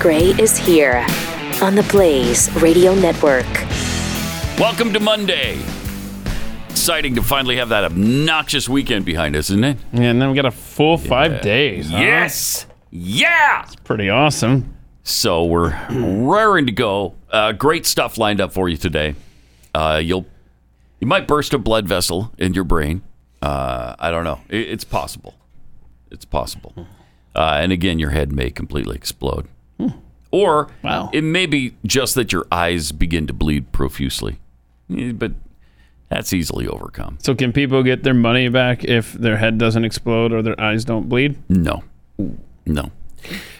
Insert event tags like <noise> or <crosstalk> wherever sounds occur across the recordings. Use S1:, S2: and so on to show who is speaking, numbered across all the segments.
S1: Gray is here on the Blaze Radio Network.
S2: Welcome to Monday. Exciting to finally have that obnoxious weekend behind us, isn't it?
S3: Yeah, and then we got a full five days. huh?
S2: Yes. Yeah.
S3: Pretty awesome.
S2: So we're raring to go. Uh, great stuff lined up for you today. Uh, you'll you might burst a blood vessel in your brain. Uh, I don't know. It, it's possible. It's possible. Uh, and again, your head may completely explode, or
S3: Wow.
S2: it may be just that your eyes begin to bleed profusely. Eh, But that's easily overcome.
S3: So can people get their money back if their head doesn't explode or their eyes don't bleed?
S2: No. No.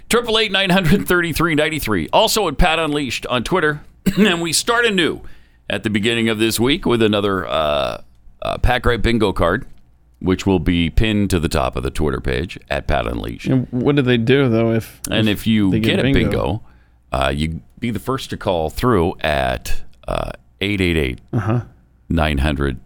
S2: Triple eight nine hundred thirty three ninety three. Also at Pat Unleashed on Twitter, <clears throat> and we start anew at the beginning of this week with another uh, uh, Pack Right Bingo card, which will be pinned to the top of the Twitter page at Pat Unleashed.
S3: And what do they do though if
S2: And if you
S3: They
S2: get,
S3: get
S2: a
S3: bingo.
S2: bingo, uh, you be the first to call through at uh, 888
S3: Uh-huh.
S2: 900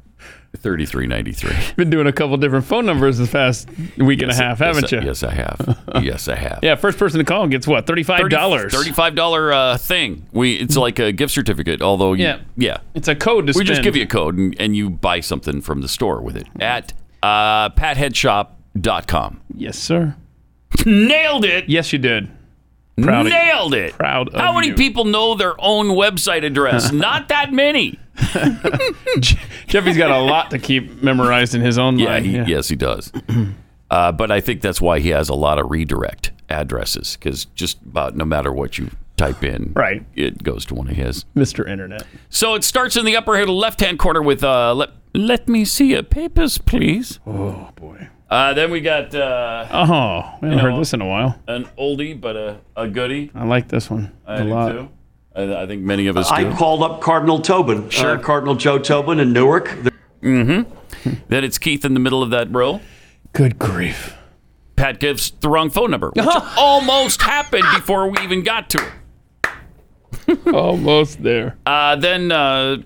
S2: 3393.
S3: you've been doing a couple different phone numbers this past week and a half, <laughs> haven't
S2: yes, I-
S3: you?
S2: Yes, I
S3: <laughs>
S2: have. Yes, I have.
S3: Yeah, first person to call gets what? Thirty-five dollars.
S2: Thirty-five dollar uh, thing. We it's like a gift certificate. Although you,
S3: Yeah.
S2: yeah,
S3: It's a code to
S2: we just
S3: spend.
S2: give you a code and, and you buy something from the store with it at uh, patheadshop.com.
S3: Yes, sir.
S2: Nailed it!
S3: Yes, you did. Proud of you.
S2: Nailed it!
S3: Proud of
S2: How many
S3: you.
S2: people know their own website <laughs> address? Not that many.
S3: Jeffy's got a lot to keep memorized in his
S2: <laughs>
S3: own
S2: Yeah,
S3: mind.
S2: he, yes, he does. <clears throat> uh, but I think that's why he has a lot of redirect addresses because just about no matter what you type in,
S3: Right.
S2: it goes to one of his.
S3: Mr. Internet.
S2: So it starts in the upper left-hand corner with uh, let, let me see your papers, please.
S3: Oh boy.
S2: Uh, then we got uh,
S3: Oh, we haven't
S2: know,
S3: heard this in a while.
S2: an oldie but a, a goodie.
S3: I like this one a
S2: I do
S3: lot.
S2: too. I, I think many of us do.
S4: I called up Cardinal Tobin, sure. Cardinal Joe Tobin in Newark.
S2: then it's Keith in the middle of that row.
S3: Good grief.
S2: Pat gives the wrong phone number, which almost happened before we even got to it.
S3: Almost there.
S2: Uh, then uh,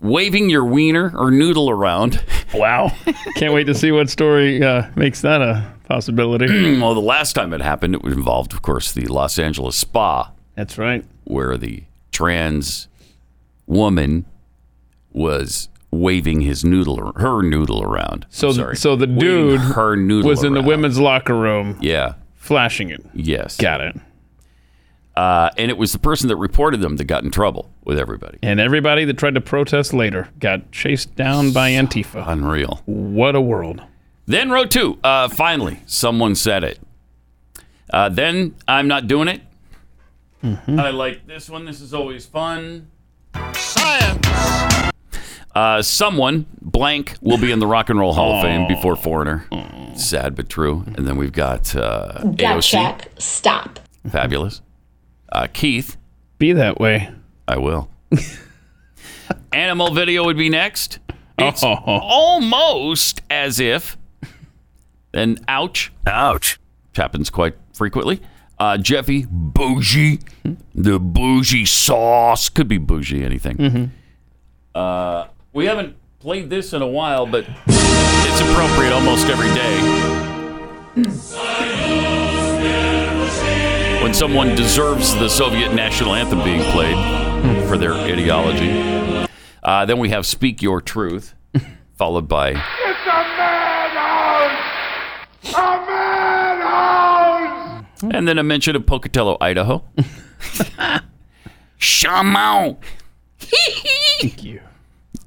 S2: waving your wiener or noodle around. <laughs>
S3: Wow. <laughs> Can't wait to see what story uh, makes that a possibility.
S2: well, the last time it happened, it involved, of course, the Los Angeles spa
S3: <clears throat> That's right.
S2: where the trans woman was waving his noodle, her noodle around. I'm
S3: So,
S2: sorry.
S3: th- so the
S2: Waving
S3: dude
S2: her noodle
S3: was in the
S2: around.
S3: women's locker room
S2: Yeah.
S3: flashing it.
S2: Yes.
S3: Got it.
S2: Uh, and it was the person that reported them that got in trouble with everybody.
S3: And everybody that tried to protest later got chased down by Antifa.
S2: Unreal.
S3: What a world.
S2: Then row two. Uh, finally, someone said it. Uh, then I'm not doing it. I like this one. This is always fun. Science. Uh, someone blank will be in the Rock and Roll Hall of Fame before Foreigner. Sad but true. And then we've got uh,
S5: Gut
S2: AOC.
S5: check. Stop.
S2: Fabulous. Uh, Keith.
S3: Be that way.
S2: I will. Animal video would be next. It's
S3: Oh.
S2: almost as if an ouch. Ouch. Happens quite frequently. Uh, Jeffy, bougie. The bougie sauce. Could be bougie anything. Uh, we haven't played this in a while, but it's appropriate almost every day. When someone deserves the Soviet national anthem being played for their ideology. Uh, then we have Speak Your Truth, followed by
S6: It's a madhouse! A madhouse!
S2: And then a mention of Pocatello,
S3: <laughs>
S2: Idaho. Shamow.
S3: Thank you.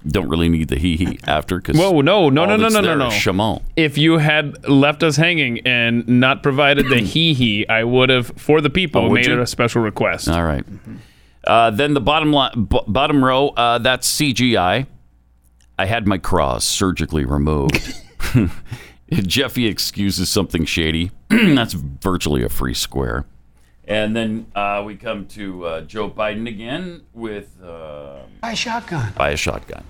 S2: Don't really need the hee hee after because
S3: Whoa, oh, no, no, no, no, no, no, no.
S2: Shamon.
S3: If you had left us hanging and not provided <clears throat> the hee hee, I would have, for the people,
S2: Oh, would
S3: made
S2: you?
S3: it a special request.
S2: All right.
S3: Mm-hmm.
S2: Uh, then the bottom line, b- bottom row. Uh, that's CGI. I had my cross surgically
S3: <laughs>
S2: removed. <laughs> Jeffy excuses something shady. <clears throat> that's virtually a free square. And then uh, we come to uh, Joe Biden again with uh,
S7: Buy a shotgun.
S2: by a shotgun.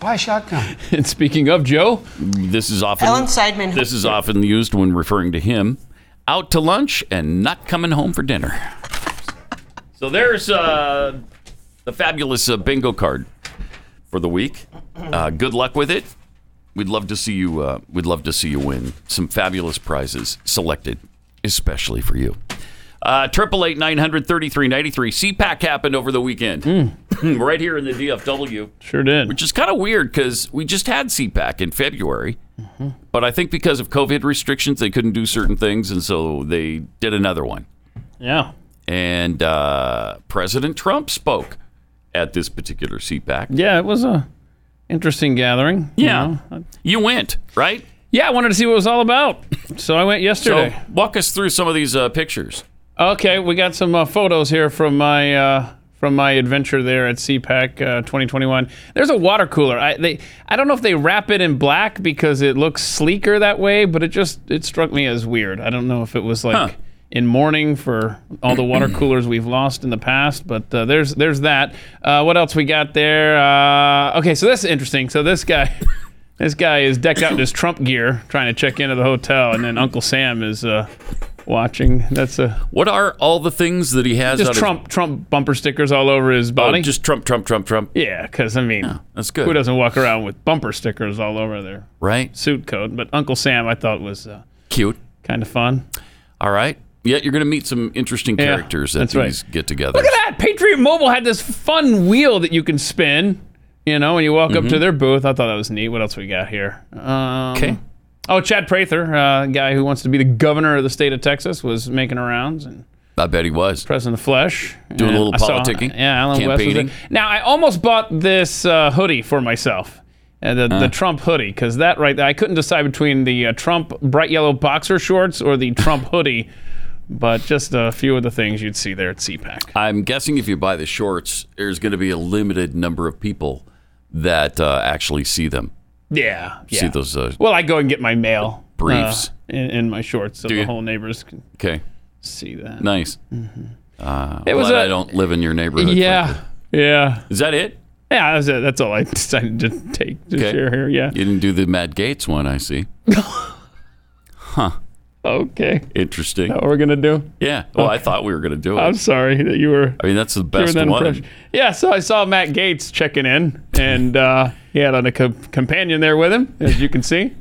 S7: Buy a
S2: <laughs>
S7: shotgun.
S3: And speaking of Joe,
S2: This is often
S8: Ellen Seidman.
S2: This is often used when referring to him out to lunch and not coming home for dinner. So there's uh, the fabulous uh, bingo card for the week. Uh, good luck with it. We'd love to see you. Uh, we'd love to see you win some fabulous prizes selected especially for you. Uh, Triple eight nine hundred thirty three ninety three. CPAC happened over the weekend,
S3: Hmm.
S2: Hmm, right here in the DFW,
S3: Sure did.
S2: which is kind of weird because we just had CPAC in February,
S3: Mm-hmm.
S2: but I think because of COVID restrictions, they couldn't do certain things, and so they did another one.
S3: yeah.
S2: And uh, President Trump spoke at this particular CPAC.
S3: Yeah, it was a interesting gathering. you
S2: Yeah.
S3: know.
S2: You went right.
S3: Yeah, I wanted to see what it was all about, so I went
S2: So
S3: yesterday.
S2: walk us through some of these uh, pictures.
S3: okay, we got some uh, photos here from my uh, from my adventure there at CPAC uh, 2021. There's a water cooler. I they I don't know if they wrap it in black because it looks sleeker that way, but it just it struck me as weird. I don't know if it was like.
S2: Huh.
S3: In mourning for all the water coolers we've lost in the past, but uh, there's there's that. Uh, what else we got there? Uh, okay, so this is interesting. So this guy, <laughs> This guy is decked out in his Trump gear, trying to check into the hotel, and then Uncle Sam is uh, watching. That's a
S2: What are all the things that he has?
S3: just
S2: out of-
S3: Trump Trump bumper stickers all over his
S2: Oh,
S3: body.
S2: just Trump, Trump, Trump, Trump.
S3: yeah, because I mean,
S2: That's good.
S3: who doesn't walk around with bumper stickers all over their
S2: Right?
S3: suit coat? But Uncle Sam, I thought was uh,
S2: Cute.
S3: kind of fun.
S2: All right. Yeah, you're going to meet some interesting
S3: Yeah,
S2: characters at
S3: that's right.
S2: these Um, get togethers.
S3: Look at that! Patriot Mobile had this fun wheel that you can spin. You know, when you walk up to their booth, I thought that was neat. What else we got here? Um,
S2: Mm-hmm. Okay.
S3: Oh, Chad Prather, uh, guy who wants to be the governor of the state of Texas, was making rounds and
S2: I bet he was.
S3: present the flesh,
S2: Doing a
S3: And
S2: little
S3: I saw-
S2: politicking,
S3: yeah, Alan West was there.
S2: campaigning.
S3: Now I almost bought this uh, hoodie for myself, uh, the, the Trump hoodie, because that right, there, I couldn't decide between the uh, Trump bright yellow boxer shorts or
S2: <laughs>
S3: the Trump hoodie. But just a few of the things you'd see there at CPAC.
S2: I'm guessing if you buy the shorts, there's going to be a limited number of people that uh, actually see them.
S3: Yeah, yeah.
S2: See those. Uh,
S3: Well, I go and get my mail
S2: Briefs.
S3: uh, in, in my shorts, so
S2: you?
S3: the whole neighbors can
S2: okay.
S3: see that.
S2: Nice.
S3: it was
S2: Glad I
S3: a-
S2: don't live in your neighborhood. frankly.
S3: yeah, yeah,
S2: Is that it?
S3: yeah. That's it. That's all I <laughs> decided to take to
S2: Okay.
S3: share here. Yeah.
S2: You didn't do the Matt Gates one, I see.
S3: Okay.
S2: Interesting.
S3: What we're gonna do?
S2: Yeah. Well, I thought we were going to do it.
S3: I'm sorry that you were.
S2: I mean, that's the best
S3: Under that
S2: one.
S3: impression. Yeah, so I saw Matt Gates checking in, and uh, he had on a co- companion there with him, as you can see.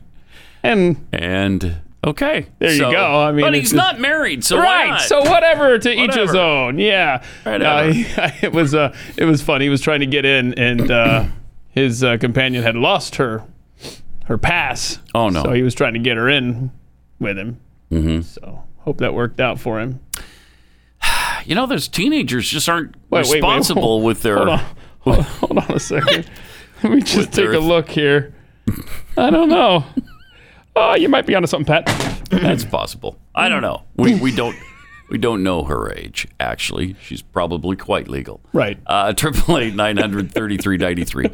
S3: And
S2: And okay,
S3: There you
S2: So-
S3: go. I mean,
S2: but
S3: it's
S2: he's
S3: just-
S2: not married, so why
S3: right,
S2: not?
S3: so whatever to each his
S2: Whatever.
S3: own. Yeah,
S2: Whatever.
S3: Uh, <laughs> it was uh, it was fun. He was trying to get in, and uh, his uh, companion had lost her her pass.
S2: Oh, no.
S3: So he was trying to get her in with him. Mm-hmm. So hope that worked out for him.
S2: you know, those teenagers just aren't
S3: Wait, wait, wait.
S2: responsible with their.
S3: Hold <laughs> on. Hold on, hold on a second. <laughs> Let me just take
S2: their-
S3: a look here. I don't <laughs> know. Oh, you might be onto something, Pat.
S2: That's possible. I don't know. We we don't we don't know her age. Actually, she's probably quite legal.
S3: Right.
S2: Uh, Triple eight nine hundred thirty three ninety three,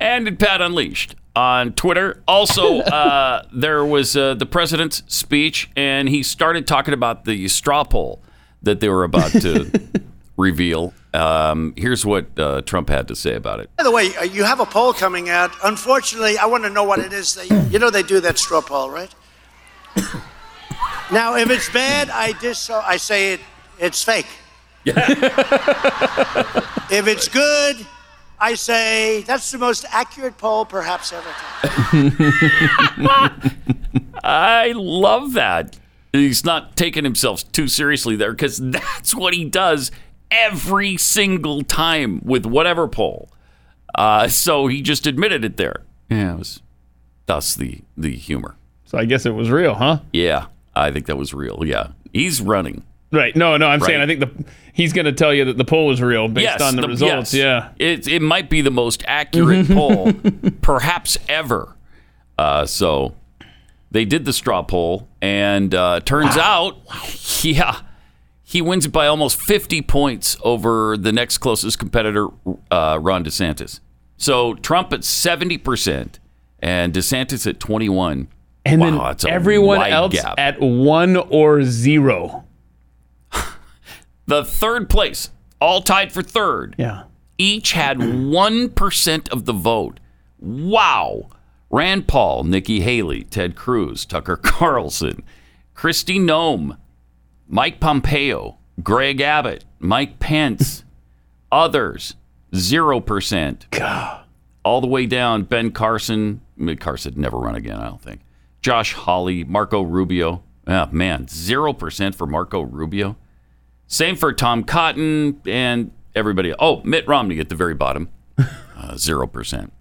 S2: and at Pat Unleashed on Twitter. Also, uh, there was uh, the president's speech, and he started talking about the straw poll that they were about to reveal. Um, here's what uh, Trump had to say about it.
S5: By the way, uh, you have a poll coming out. Unfortunately, I want to know what it is. They, you know they do that straw poll, right? now, if it's bad, I just so I say it. It's fake. if it's good, I say that's the most accurate poll perhaps ever. taken."
S2: I love that. He's not taking himself too seriously there because that's what he does every single time with whatever poll. Uh, so he just admitted it there. Yeah, it was thus the the humor.
S3: So I guess it was real, huh?
S2: Yeah, I think that was real. Yeah, he's running.
S3: Right. No, no, I'm saying I
S2: Right.
S3: think the he's going to tell you that the poll was real based
S2: yes,
S3: on the, results.
S2: yes.
S3: Yeah.
S2: it it might be the most accurate poll perhaps ever. Uh, so they did the straw poll, and uh, turns out, yeah, he wins it by almost 50 points over the next closest competitor, uh, Ron DeSantis. So Trump at 70 percent, and DeSantis at 21.
S3: And
S2: Wow, that's a
S3: then everyone
S2: wide
S3: else
S2: gap.
S3: at one or zero.
S2: The third place, all tied for third.
S3: Yeah.
S2: each had 1% of the vote. Wow. Rand Paul, Nikki Haley, Ted Cruz, Tucker <laughs> Carlson, Christy Nome, Mike Pompeo, Greg Abbott, Mike Pence, <laughs> others, 0%. All the way down, Ben Carson. I mean, Carson never run again, I don't think. Josh Hawley, Marco Rubio. Ah, man, 0% for Marco Rubio. Same for Tom Cotton and everybody. Oh, Mitt Romney at the very bottom, Uh, <laughs> zero percent.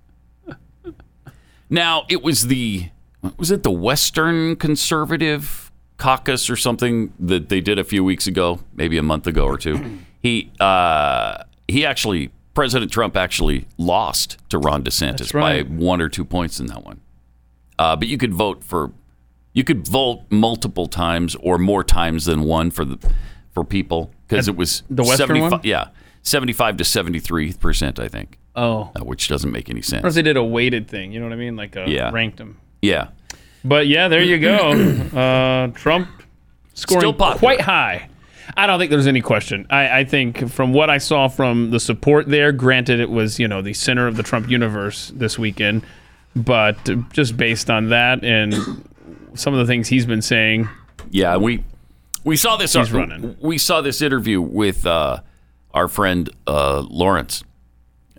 S2: Now it was the was it the Western Conservative Caucus or something that they did a few weeks ago, maybe a month ago or two. He uh, he actually President Trump actually lost to Ron DeSantis
S3: right.
S2: by one or two points in that one. Uh, but you could vote for you could vote multiple times or more times than one for the for people because it was
S3: the Western
S2: 75
S3: one?
S2: yeah seventy five to seventy three percent I think,
S3: Oh,
S2: uh, which doesn't make any
S3: or if
S2: sense.
S3: they did a weighted thing, you know what I mean, like a
S2: Yeah.
S3: ranked them.
S2: Yeah.
S3: But yeah, there you
S2: <clears throat>
S3: go. uh, Trump scoring
S2: Still popular.
S3: quite high. I don't think there's any question. I, I think from what I saw from the support there, granted it was you know the center of the Trump universe this weekend, but just based on that and some of the things he's been saying,
S2: Yeah, we we saw this. uh,
S3: He's running.
S2: We saw this interview with uh, our friend uh, Lawrence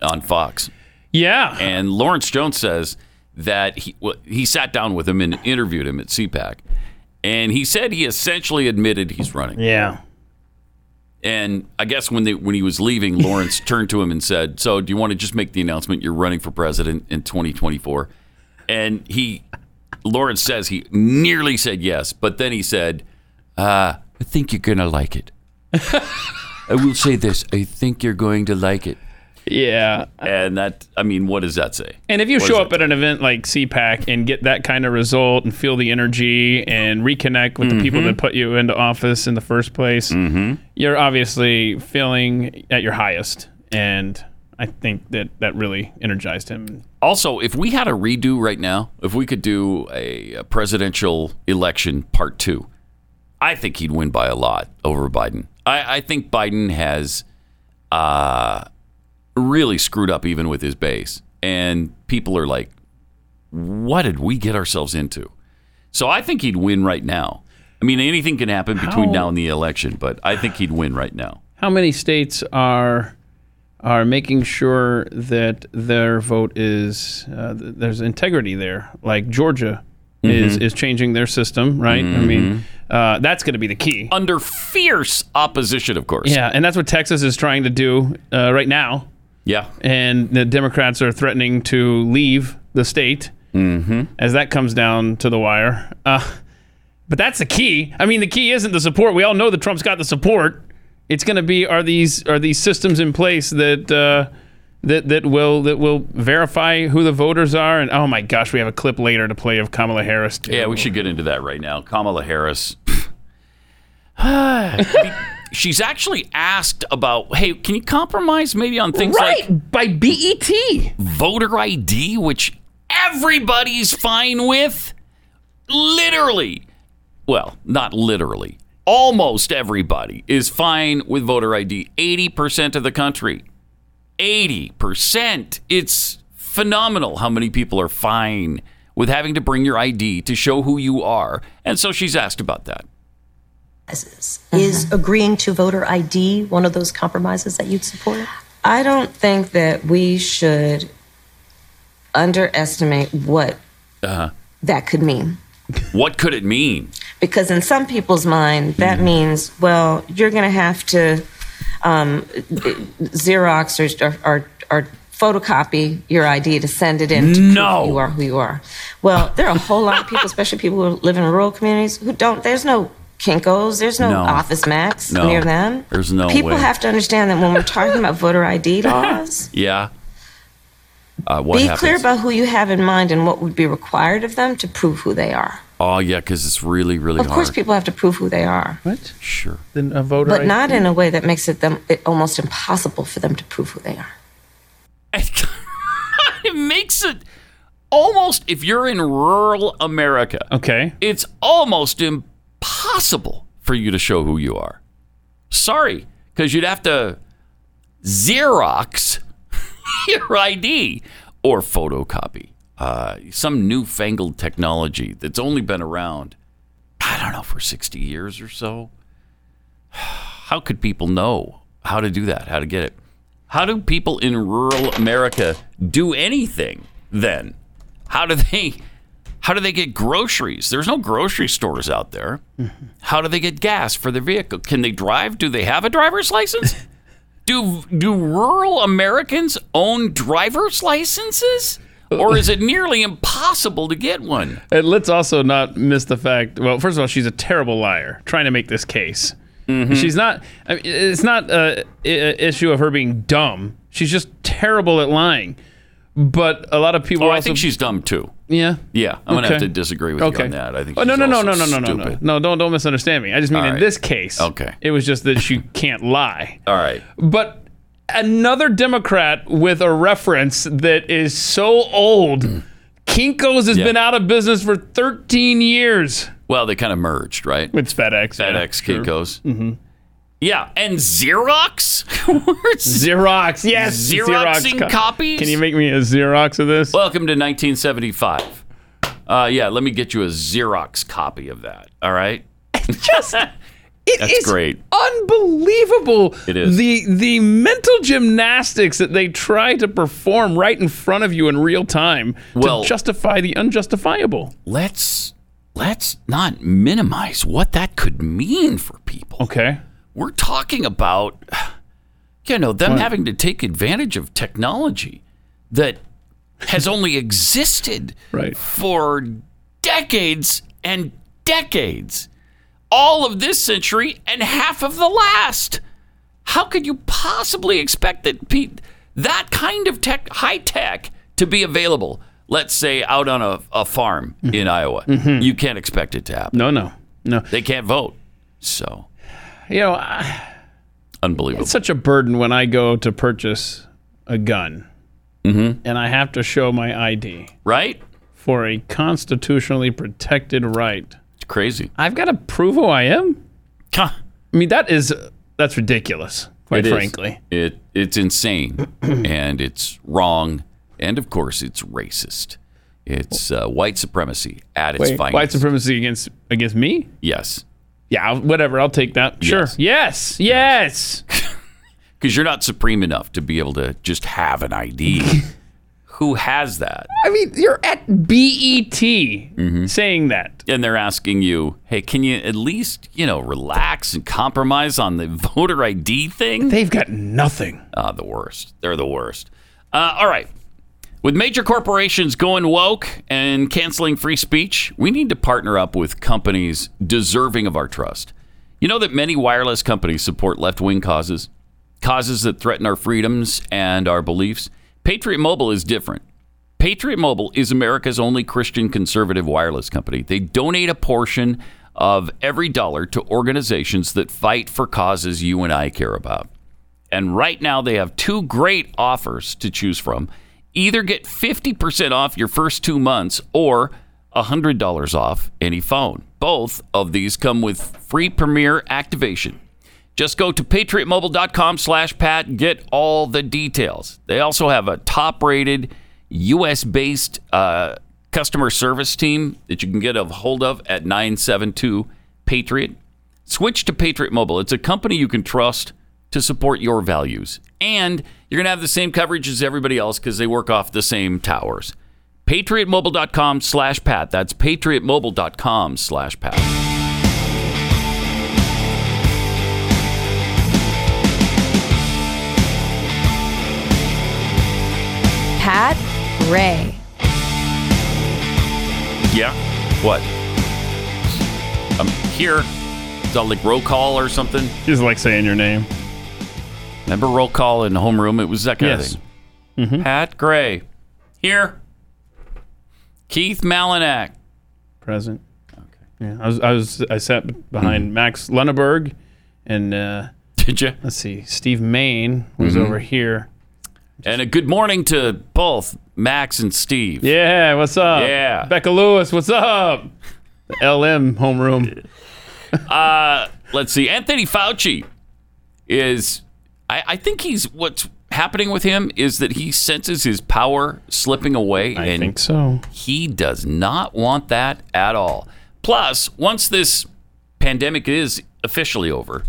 S2: on Fox,
S3: yeah,
S2: and Lawrence Jones says that he well, he sat down with him and interviewed him at CPAC, and he said he essentially admitted he's running.
S3: yeah,
S2: And I guess when they, when he was leaving, Lawrence turned to him and said, "So, do you want to just make the announcement you're running for president in 2024?" And he, Lawrence says he nearly said yes, but then he said, uh, "I think you're gonna like it." I will say this: I think you're going to like it.
S3: yeah.
S2: And that, I mean, what does that say?
S3: And if you
S2: What
S3: show
S2: does
S3: up at an event like CPAC and get that kind of result and feel the energy and reconnect with the people that put you into office in the first place, you're obviously feeling at your highest. And I think that that really energized him.
S2: Also, if we had a redo right now, if we could do a, a presidential election part two, I think he'd win by a lot over Biden. I, I think Biden has uh, really screwed up even with his base. And people are like, what did we get ourselves into? So I think he'd win right now. I mean, anything can happen between
S3: How-
S2: now and the election, but I think he'd win right now.
S3: How many states are are making sure that their vote is uh, th- there's integrity there? Like Georgia is is changing their system, right? I mean, uh, that's going to be the key.
S2: Under fierce opposition, of course.
S3: Yeah, and that's what Texas is trying to do uh, right now.
S2: Yeah.
S3: And the Democrats are threatening to leave the state as that comes down to the wire. Uh, but that's the key. I mean, the key isn't the support. We all know that Trump's got the support. It's going to be are these are these systems in place that uh, that that will that will verify who the voters are. And oh my gosh, we have a clip later to play of Kamala Harris. too.
S2: Yeah, we should get into that right now. Kamala Harris. <sighs> She's actually asked about, hey, can you compromise maybe on things like
S3: by BET.
S2: voter ID, which everybody's fine with? Literally. Well, not literally. Almost everybody is fine with voter ID. 80% of the country. 80%. It's phenomenal how many people are fine with having to bring your ID to show who you are. And so she's asked about that.
S8: Is agreeing to voter ID one of those compromises that you'd support?
S9: I don't think that we should underestimate what that could mean.
S2: What could it mean?
S9: Because in some people's mind, that
S2: Mm-hmm.
S9: means, well, you're going to have to um, Xerox or, or, or photocopy your ID to send it in to prove
S2: No.
S9: you are who you are. Well, there are a whole lot of people, especially people who live in rural communities, who don't. There's no Kinkos, there's no,
S2: No.
S9: Office Max
S2: No.
S9: near them.
S2: There's no
S9: People
S2: way.
S9: have to understand that when we're talking about voter
S2: <laughs>
S9: ID laws.
S2: Yeah. Uh, what
S9: Be
S2: happens?
S9: clear about who you have in mind and what would be required of them to prove who they are.
S2: oh, yeah, because it's really, really
S9: Of
S2: hard.
S9: course, people have to prove who they are,
S3: What?
S2: Sure. <laughs>
S3: Then a voter.
S9: but
S3: ID?
S9: not in a way that makes it them it almost impossible for them to prove who they are.
S2: it makes it almost if you're in rural America,
S3: Okay.
S2: it's almost impossible for you to show who you are. Sorry, because you'd have to Xerox <laughs> your ID or photocopy. Uh, some newfangled technology that's only been around, I don't know, for 60 years or so. <sighs> How could people know how to do that, how to get it? How do people in rural America do anything then? How do they How do they get groceries? There's no grocery stores out there. How do they get gas for their vehicle? Can they drive? Do they have a driver's
S3: <laughs>
S2: license? do do rural Americans own driver's licenses? Or is it nearly impossible to get one?
S3: And let's also not miss the fact. Well, first of all, she's a terrible liar trying to make this case.
S2: Mm-hmm.
S3: She's not. I mean, it's not a, a issue of her being dumb. She's just terrible at lying. But a lot of people.
S2: Oh,
S3: also,
S2: I think she's dumb too.
S3: Yeah.
S2: Yeah, I'm gonna have
S3: Okay.
S2: to disagree with you on that. I think.
S3: Oh
S2: she's
S3: no no no
S2: also
S3: no no no no no
S2: stupid.
S3: no! Don't don't misunderstand me. I just mean
S2: All
S3: in
S2: right.
S3: this case.
S2: Okay.
S3: It was just that she can't lie.
S2: All right.
S3: But another Democrat with a reference that is so old. Kinko's has
S2: Mm. Yeah.
S3: been out of business for 13 years.
S2: Well, they kind of merged, right?
S3: It's FedEx. yeah,
S2: FedEx,
S3: sure.
S2: Kinko's. Mm-hmm. Yeah, and Xerox. <laughs> Where's-
S3: Xerox. Yes.
S2: Xeroxing
S3: co-
S2: copies?
S3: Can you make me a Xerox of this?
S2: Welcome to 1975. Uh, yeah, let me get you a Xerox copy of that. All right.
S3: just it
S2: That's
S3: is
S2: great.
S3: unbelievable
S2: It is.
S3: the the mental gymnastics that they try to perform right in front of you in real time
S2: Well-
S3: to justify the unjustifiable
S2: <laughs> Let's let's not minimize what that could mean for people.
S3: okay
S2: we're talking about <sighs> you know them having to take advantage of technology that has only existed
S3: Right.
S2: for decades and decades all of this century and half of the last how could you possibly expect that pe- that kind of tech high tech to be available let's say out on a, a farm in iowa you can't expect it to happen
S3: no no no
S2: they can't vote so
S3: you know I-
S2: unbelievable
S3: it's such a burden when i go to purchase a gun
S2: Mm-hmm.
S3: and i have to show my id
S2: right
S3: for a constitutionally protected right
S2: It's crazy.
S3: i've got to prove who i am
S2: Huh.
S3: i mean that is that's ridiculous quite
S2: It is.
S3: frankly
S2: It it's insane, <clears throat> and it's wrong, and of course it's racist. It's uh, white supremacy at its
S3: Wait,
S2: finest.
S3: white supremacy against against me?
S2: yes,
S3: Yeah, I'll- whatever. I'll take that. Sure. Yes. Yes.
S2: because you're not supreme enough to be able to just have an
S3: <laughs>
S2: ID. Who has that?
S3: I mean, you're at E BET
S2: Mm-hmm.
S3: saying that.
S2: And they're asking you, hey, can you at least you know relax and compromise on the <laughs> voter ID thing?
S3: They've got nothing.
S2: Ah, the worst. They're the worst. Uh, all right. With major corporations going woke and canceling free speech, we need to partner up with companies deserving of our trust. You know that many wireless companies support left wing causes, causes that threaten our freedoms and our beliefs. Patriot Mobile is different. Patriot Mobile is America's only Christian conservative wireless company. They donate a portion of every dollar to organizations that fight for causes you and I care about. And right now, they have two great offers to choose from. Either get 50% off your first two months or $100 off any phone. Both of these come with free Premier activation. Just go to patriotmobile.com slash Pat and get all the details. They also have a top rated US based uh, customer service team that you can get a hold of at 972 Patriot. Switch to Patriot Mobile. It's a company you can trust to support your values. And you're going to have the same coverage as everybody else because they work off the same towers. PatriotMobile.com slash Pat. That's PatriotMobile.com slash Pat.
S10: Pat Ray.
S2: Yeah. What? I'm here. Is that like roll call or something?
S3: Just like saying your name.
S2: Remember roll call in the homeroom? It was that kind
S3: Yes.
S2: of thing. Pat Gray. Here. Keith Malinak.
S3: Present. Okay. Yeah. I was. I was. I sat behind
S2: Mm-hmm.
S3: Max Lunneberg, and uh,
S2: <laughs> Did you?
S3: let's see, Steve Main was
S2: Mm-hmm.
S3: over here.
S2: And a good morning to both Max and Steve.
S3: Yeah. What's up?
S2: Yeah.
S3: Becca Lewis. What's up? The LM homeroom.
S2: Let's see. Anthony Fauci is, I, I think he's, what's happening with him is that he senses his power slipping away
S3: I
S2: and
S3: think so.
S2: He does not want that at all. Plus, once this pandemic is officially over,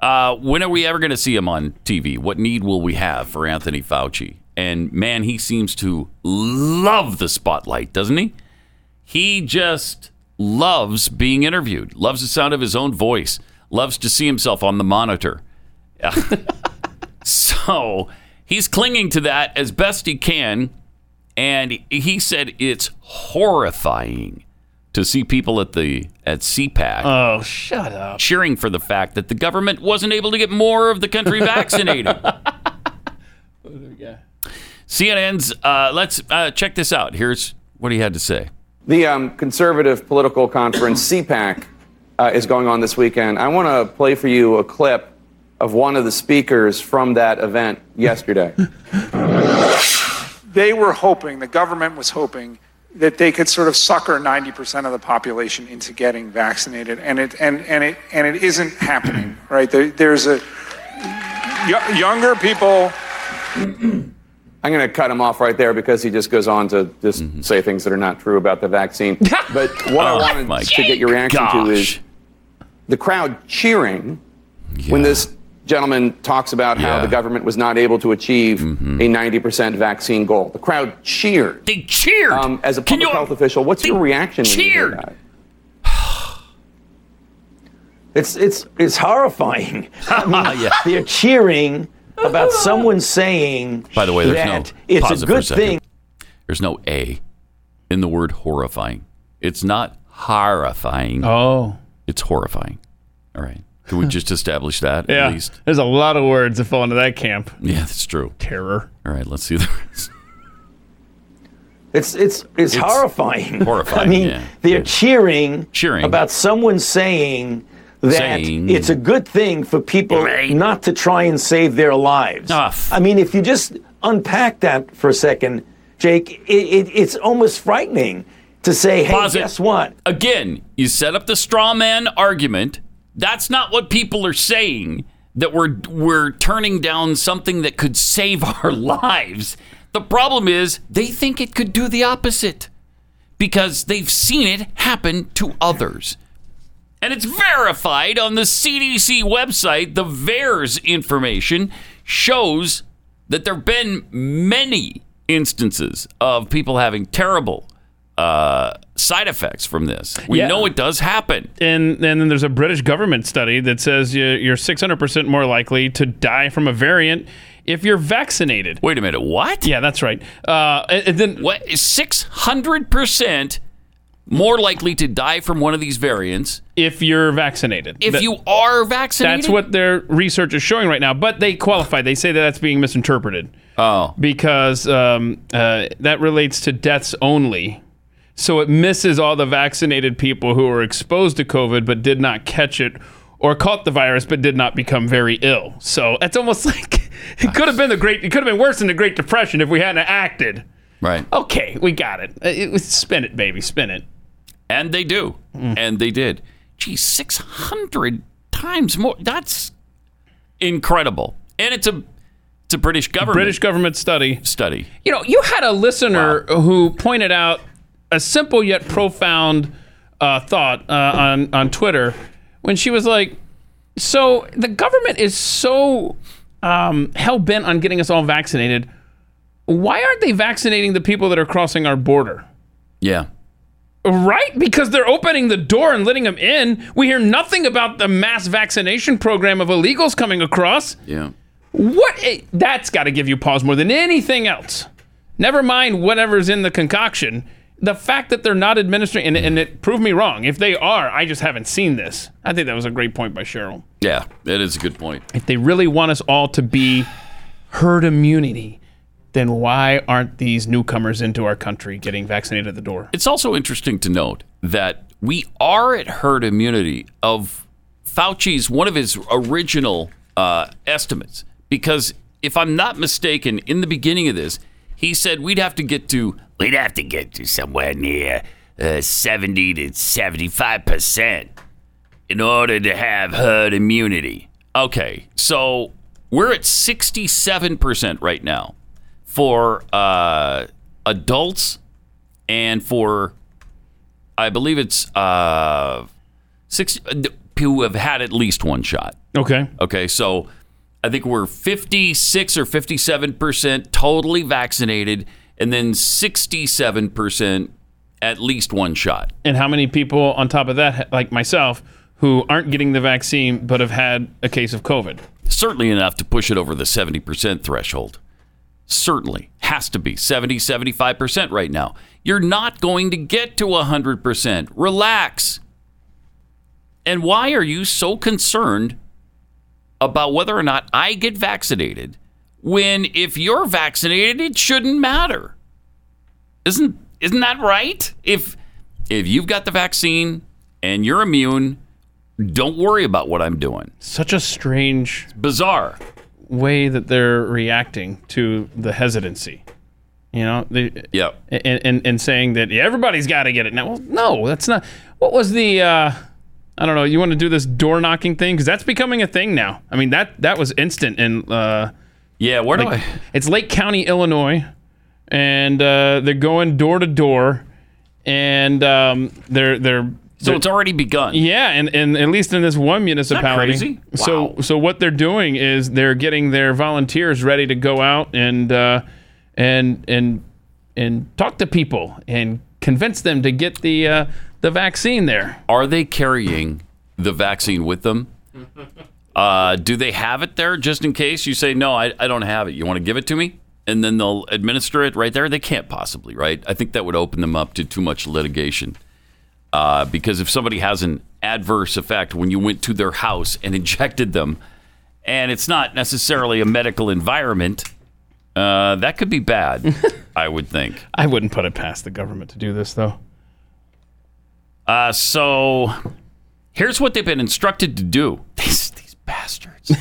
S2: uh, when are we ever going to see him on TV? What need will we have for Anthony Fauci? And man, he seems to love the spotlight, doesn't he? He just loves being interviewed, loves the sound of his own voice, loves to see himself on the monitor. <laughs> so he's clinging to that as best he can. And he said it's horrifying to see people at the at CPAC
S3: Oh, shut up.
S2: cheering for the fact that the government wasn't able to get more of the
S3: <laughs>
S2: country vaccinated. CNN's, uh, let's uh, check this out. Here's what he had to say.
S11: The um, conservative political conference CPAC uh, is going on this weekend. I want to play for you a clip of one of the speakers from that event yesterday.
S12: they were hoping, the government was hoping, that they could sort of sucker 90% of the population into getting vaccinated, and it and and it and it isn't happening, right? There, there's a y- younger people.
S11: I'm going to cut him off right there because he just goes on to just say things that are not true about the
S2: <laughs>
S11: vaccine. but what
S2: Mm-hmm. Oh,
S11: I
S2: my
S11: wanted to get your reaction to is
S2: gosh.
S11: the crowd cheering when this gentleman talks about how
S2: Yeah.
S11: the government was not able to achieve a 90% vaccine goal. The crowd cheered.
S2: They cheered.
S11: Um, as a public health official, what's your reaction? when you hear
S2: cheered.
S11: that?
S13: It's it's
S4: <laughs>
S13: it's horrifying. I
S4: Ah,
S13: mean,
S2: Yeah.
S13: <laughs> They're cheering about someone saying.
S2: By the way, there's
S13: that
S2: no
S13: it's
S2: pause
S13: a
S2: it for
S13: good
S2: second.
S13: thing.
S2: There's no A in the word horrifying. It's not horrifying.
S3: Oh.
S2: It's horrifying. All right. Can
S3: <laughs>
S2: we just establish that
S3: Yeah.
S2: at least?
S3: There's a lot of words that fall into that camp.
S2: Yeah, that's true.
S3: Terror.
S2: All right, let's see the rest.
S13: It's it's it's,
S2: It's
S13: horrifying.
S2: <laughs> horrifying,
S13: I mean,
S2: yeah.
S13: they're cheering
S2: Cheering.
S13: about someone saying that
S2: Saying.
S13: it's a good thing for people not to try and save their lives.
S2: Ah, f-
S13: I mean, if you just unpack that for a second, Jake, it, it, it's almost frightening to say, "Hey,
S2: Pause it.
S13: guess what?
S2: Again, you set up the straw man argument. That's not what people are saying. That we're we're turning down something that could save <laughs> our lives. The problem is they think it could do the opposite because they've seen it happen to others. And it's verified on the CDC website. The VAERS information shows that there have been many instances of people having terrible uh, side effects from this. We
S3: Yeah.
S2: know it does happen.
S3: And, and then there's a British government study that says you- you're 600% more likely to die from a variant if you're vaccinated.
S2: Wait a minute, what?
S3: Yeah, that's right. Uh, and, and then
S2: What is 600% more likely to die from one of these variants
S3: if you're vaccinated.
S2: if
S3: That-
S2: you are vaccinated?
S3: That's what their research is showing right now, but they qualify. They say that that's being misinterpreted
S2: Oh.
S3: because um, uh, that relates to deaths only. So it misses all the vaccinated people who were exposed to COVID but did not catch it or caught the virus but did not become very ill. So it's almost <laughs> like it could have been the great. It could have been worse than the Great Depression if we hadn't acted.
S2: Right.
S3: Okay, we got it. Uh, it was- spin it, baby, spin it.
S2: And they do.
S3: Mm.
S2: And they did. Gee, 600 times more. That's incredible. And it's a it's a British government
S3: British government study.
S2: study.
S3: You know, you had a listener who pointed out a simple yet profound uh, thought uh, on on Twitter when she was like, "So the government is so um, hell bent on getting us all vaccinated. Why aren't they vaccinating the people that are crossing our border?"
S2: Yeah.
S3: Right? Because they're opening the door and letting them in. We hear nothing about the mass vaccination program of illegals coming across.
S2: Yeah.
S3: What? i- That's got to give you pause more than anything else. Never mind whatever's in the concoction. The fact that they're not administering, and, and it proved me wrong. If they are, I just haven't seen this. I think that was a great point by Cheryl.
S2: Yeah, that is a good point.
S3: If they really want us all to be herd immunity, then why aren't these newcomers into our country getting vaccinated at the door?
S2: It's also interesting to note that we are at herd immunity of Fauci's one of his original uh, estimates. Because if I'm not mistaken, in the beginning of this, he said we'd have to get to we'd have to get to somewhere near uh, 70 to 75 percent in order to have herd immunity. Okay, so we're at 67 percent right now for uh, adults and for I believe it's uh, six who have had at least one shot.
S3: Okay.
S2: Okay, so I think we're 56 or 57 percent totally vaccinated, and then 67 percent at least one shot.
S3: And how many people on top of that, like myself, who aren't getting the vaccine but have had a case of COVID?
S2: Certainly enough to push it over the 70% threshold. Certainly. Has to be 70, 75% right now. You're not going to get to 100%. Relax. And why are you so concerned about whether or not I get vaccinated when if you're vaccinated, it shouldn't matter? Isn't isn't that right? If if you've got the vaccine and you're immune, don't worry about what I'm doing.
S3: Such a strange,
S2: bizarre
S3: way that they're reacting to the hesitancy. You know, they,
S2: yeah,
S3: and, and and saying that yeah, everybody's got to get it now. Well, no, that's not. What was the? Uh, I don't know. You want to do this door knocking thing because that's becoming a thing now. I mean that that was instant in. Uh,
S2: yeah, where do
S3: like-
S2: I?
S3: It's Lake County, Illinois, and uh, they're going door to door, and um, they're they're.
S2: So it's already begun.
S3: Yeah, and, and at least in this one municipality.
S2: crazy?
S3: So so what they're doing is they're getting their volunteers ready to go out and uh, and and and talk to people and convince them to get the uh, the vaccine there.
S2: Are they carrying the vaccine with <laughs> them? Uh, do they have it there just in case you say no? I, I don't have it. You want to give it to me, and then they'll administer it right there. They can't possibly, right? I think that would open them up to too much litigation. Uh, because if somebody has an adverse effect when you went to their house and <laughs> injected them, and it's not necessarily a medical environment, uh, that could be <laughs> bad. I would think.
S3: I wouldn't put it past the government to do this though.
S2: Uh, so here's what they've been instructed to do. <laughs> These, these bastards.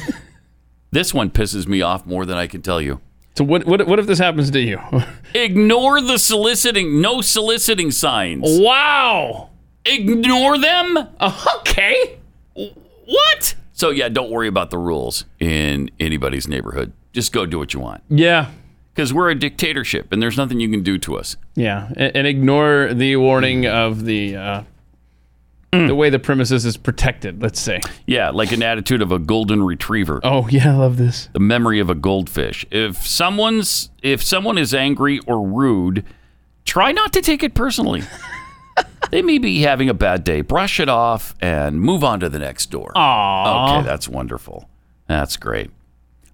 S2: <laughs> this one pisses me off more than I can tell you.
S3: So what what what if this happens to you? <laughs>
S2: Ignore the soliciting, no soliciting signs.
S3: Wow.
S2: Ignore them?
S3: Okay.
S2: What? So, yeah, don't worry about the rules in anybody's neighborhood. Just go do what you want.
S3: Yeah.
S2: Because we're a dictatorship and there's nothing you can do to us.
S3: Yeah, and, and ignore the warning of the uh, the way the premises is protected. Let's say.
S2: Yeah, like an attitude of a golden retriever.
S3: Oh <laughs> yeah, I love this.
S2: the memory of a goldfish. If someone's if someone is angry or rude, try not to take it personally. they may be having a bad day. Brush it off and move on to the next door.
S3: Aw.
S2: Okay, that's wonderful. That's great.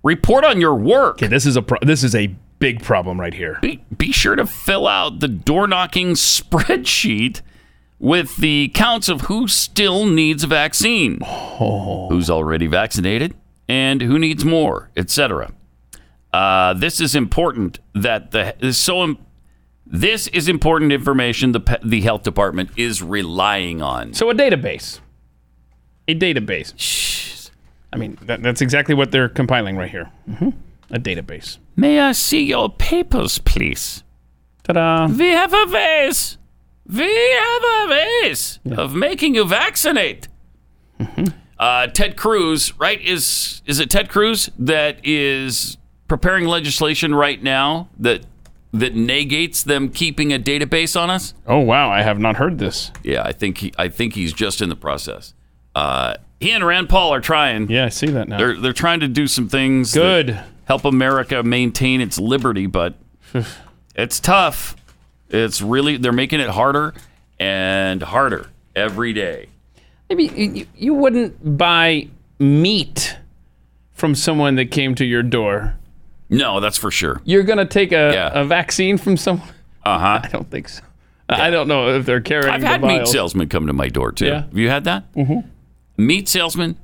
S2: Report on your work. Okay,
S3: this is a pro- this is a big problem right here.
S2: Be, be sure to fill out the door knocking spreadsheet with the counts of who still needs a vaccine, who's already vaccinated, and who needs more, etc. Uh, this is important that the is so im- this is important information the pe- the health department is relying on.
S3: So a database, a database. I mean, that, that's exactly what they're compiling right here. Mm-hmm. A database.
S2: May I see your papers, please?
S3: Ta-da!
S2: We have a vase. We have a vase of making you vaccinate.
S3: Mm-hmm.
S2: Uh, Ted Cruz, right? Is is it Ted Cruz that is preparing legislation right now that that negates them keeping a database on us?
S3: Oh wow, I have not heard this.
S2: Yeah, I think he, I think he's just in the process. Uh, he and Rand Paul are trying.
S3: Yeah, I see that now.
S2: They're they're trying to do some things. that
S3: Good.
S2: help America maintain its liberty,
S3: <sighs>
S2: but it's tough. It's really they're making it harder and harder every day.
S3: Maybe you- you, you wouldn't buy meat from someone that came to your door.
S2: No, that's for sure.
S3: You're gonna take a,
S2: Yeah.
S3: a vaccine from someone.
S2: Uh huh.
S3: <laughs> I don't think so. I I don't know if they're carrying.
S2: I've
S3: the
S2: had meat
S3: vials.
S2: salesmen come to my door too.
S3: Yeah.
S2: Have you had that?
S3: Mhm.
S2: Meat salesman,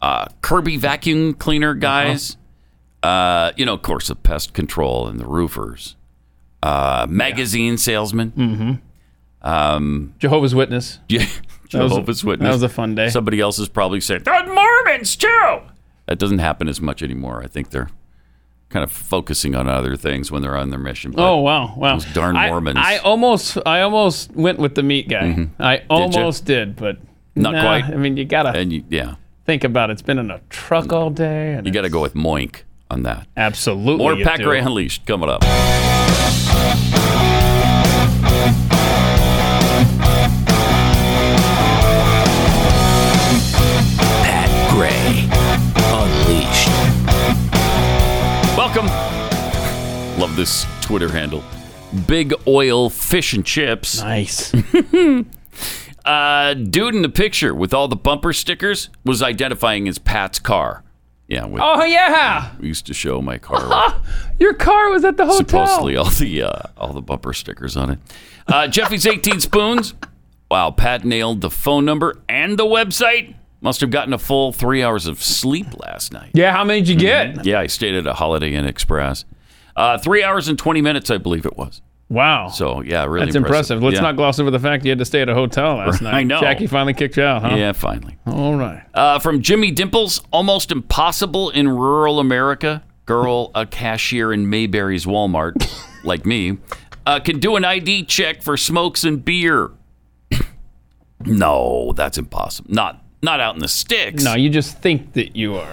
S2: uh, Kirby vacuum
S3: Uh-huh.
S2: cleaner guys. uh you know, of course, the pest control and the roofers, uh, magazine salesman. Mm-hmm. Um,
S3: Jehovah's Witness.
S2: <laughs> Yeah,
S3: Mm. That was a-
S2: Jehovah's Witness.
S3: that was a fun day.
S2: Somebody else is probably saying
S6: The Mormons, too!
S2: that doesn't happen as much anymore. I think they're kind of focusing on other things when they're on their mission. But
S3: Oh wow, wow!
S2: Those darn
S3: I-
S2: Mormons. Mm-hmm.
S3: I, almost, I almost went with the meat guy. I almost did, but
S2: Not
S3: nah,
S2: quite.
S3: I mean, you gotta
S2: and you, yeah,
S3: think about it. It's been in a truck all day, and
S2: you got to go with Moink on that.
S3: absolutely
S2: More
S3: you
S2: Pat
S3: do.
S2: Gray Unleashed coming up.
S14: Pat Gray Unleashed.
S2: Welcome. Love this Twitter handle big oil fish and chips. <laughs>
S3: Nice.
S2: uh, dude in the picture with all the bumper stickers was identifying as Pat's car. Yeah, with,
S3: Oh yeah,
S2: we used to show my
S3: <laughs>
S2: car
S3: your car was at the hotel.
S2: supposedly all the uh, all the bumper stickers on it. Uh, Jeffy's 18 spoons. Wow, Pat nailed the phone number and the website. Must have gotten a full three hours of sleep last night.
S3: Yeah, how many did you get?
S2: Yeah, I stayed at a Holiday Inn Express. Uh, three hours and 20 minutes, I believe it was.
S3: Wow.
S2: So, yeah, really
S3: That's impressive. Let's
S2: Yeah.
S3: not gloss over the fact you had to stay at a hotel last
S2: <laughs>
S3: night.
S2: I know.
S3: Jackie finally kicked you out, huh?
S2: Yeah, finally.
S3: All right.
S2: Uh, from Jimmy Dimples, almost impossible in rural America. Girl, a cashier in Mayberry's Walmart, like me, uh, can do an ID check for smokes and beer. <coughs> no, that's impossible. Not not out in the sticks.
S3: No, you just think that you are.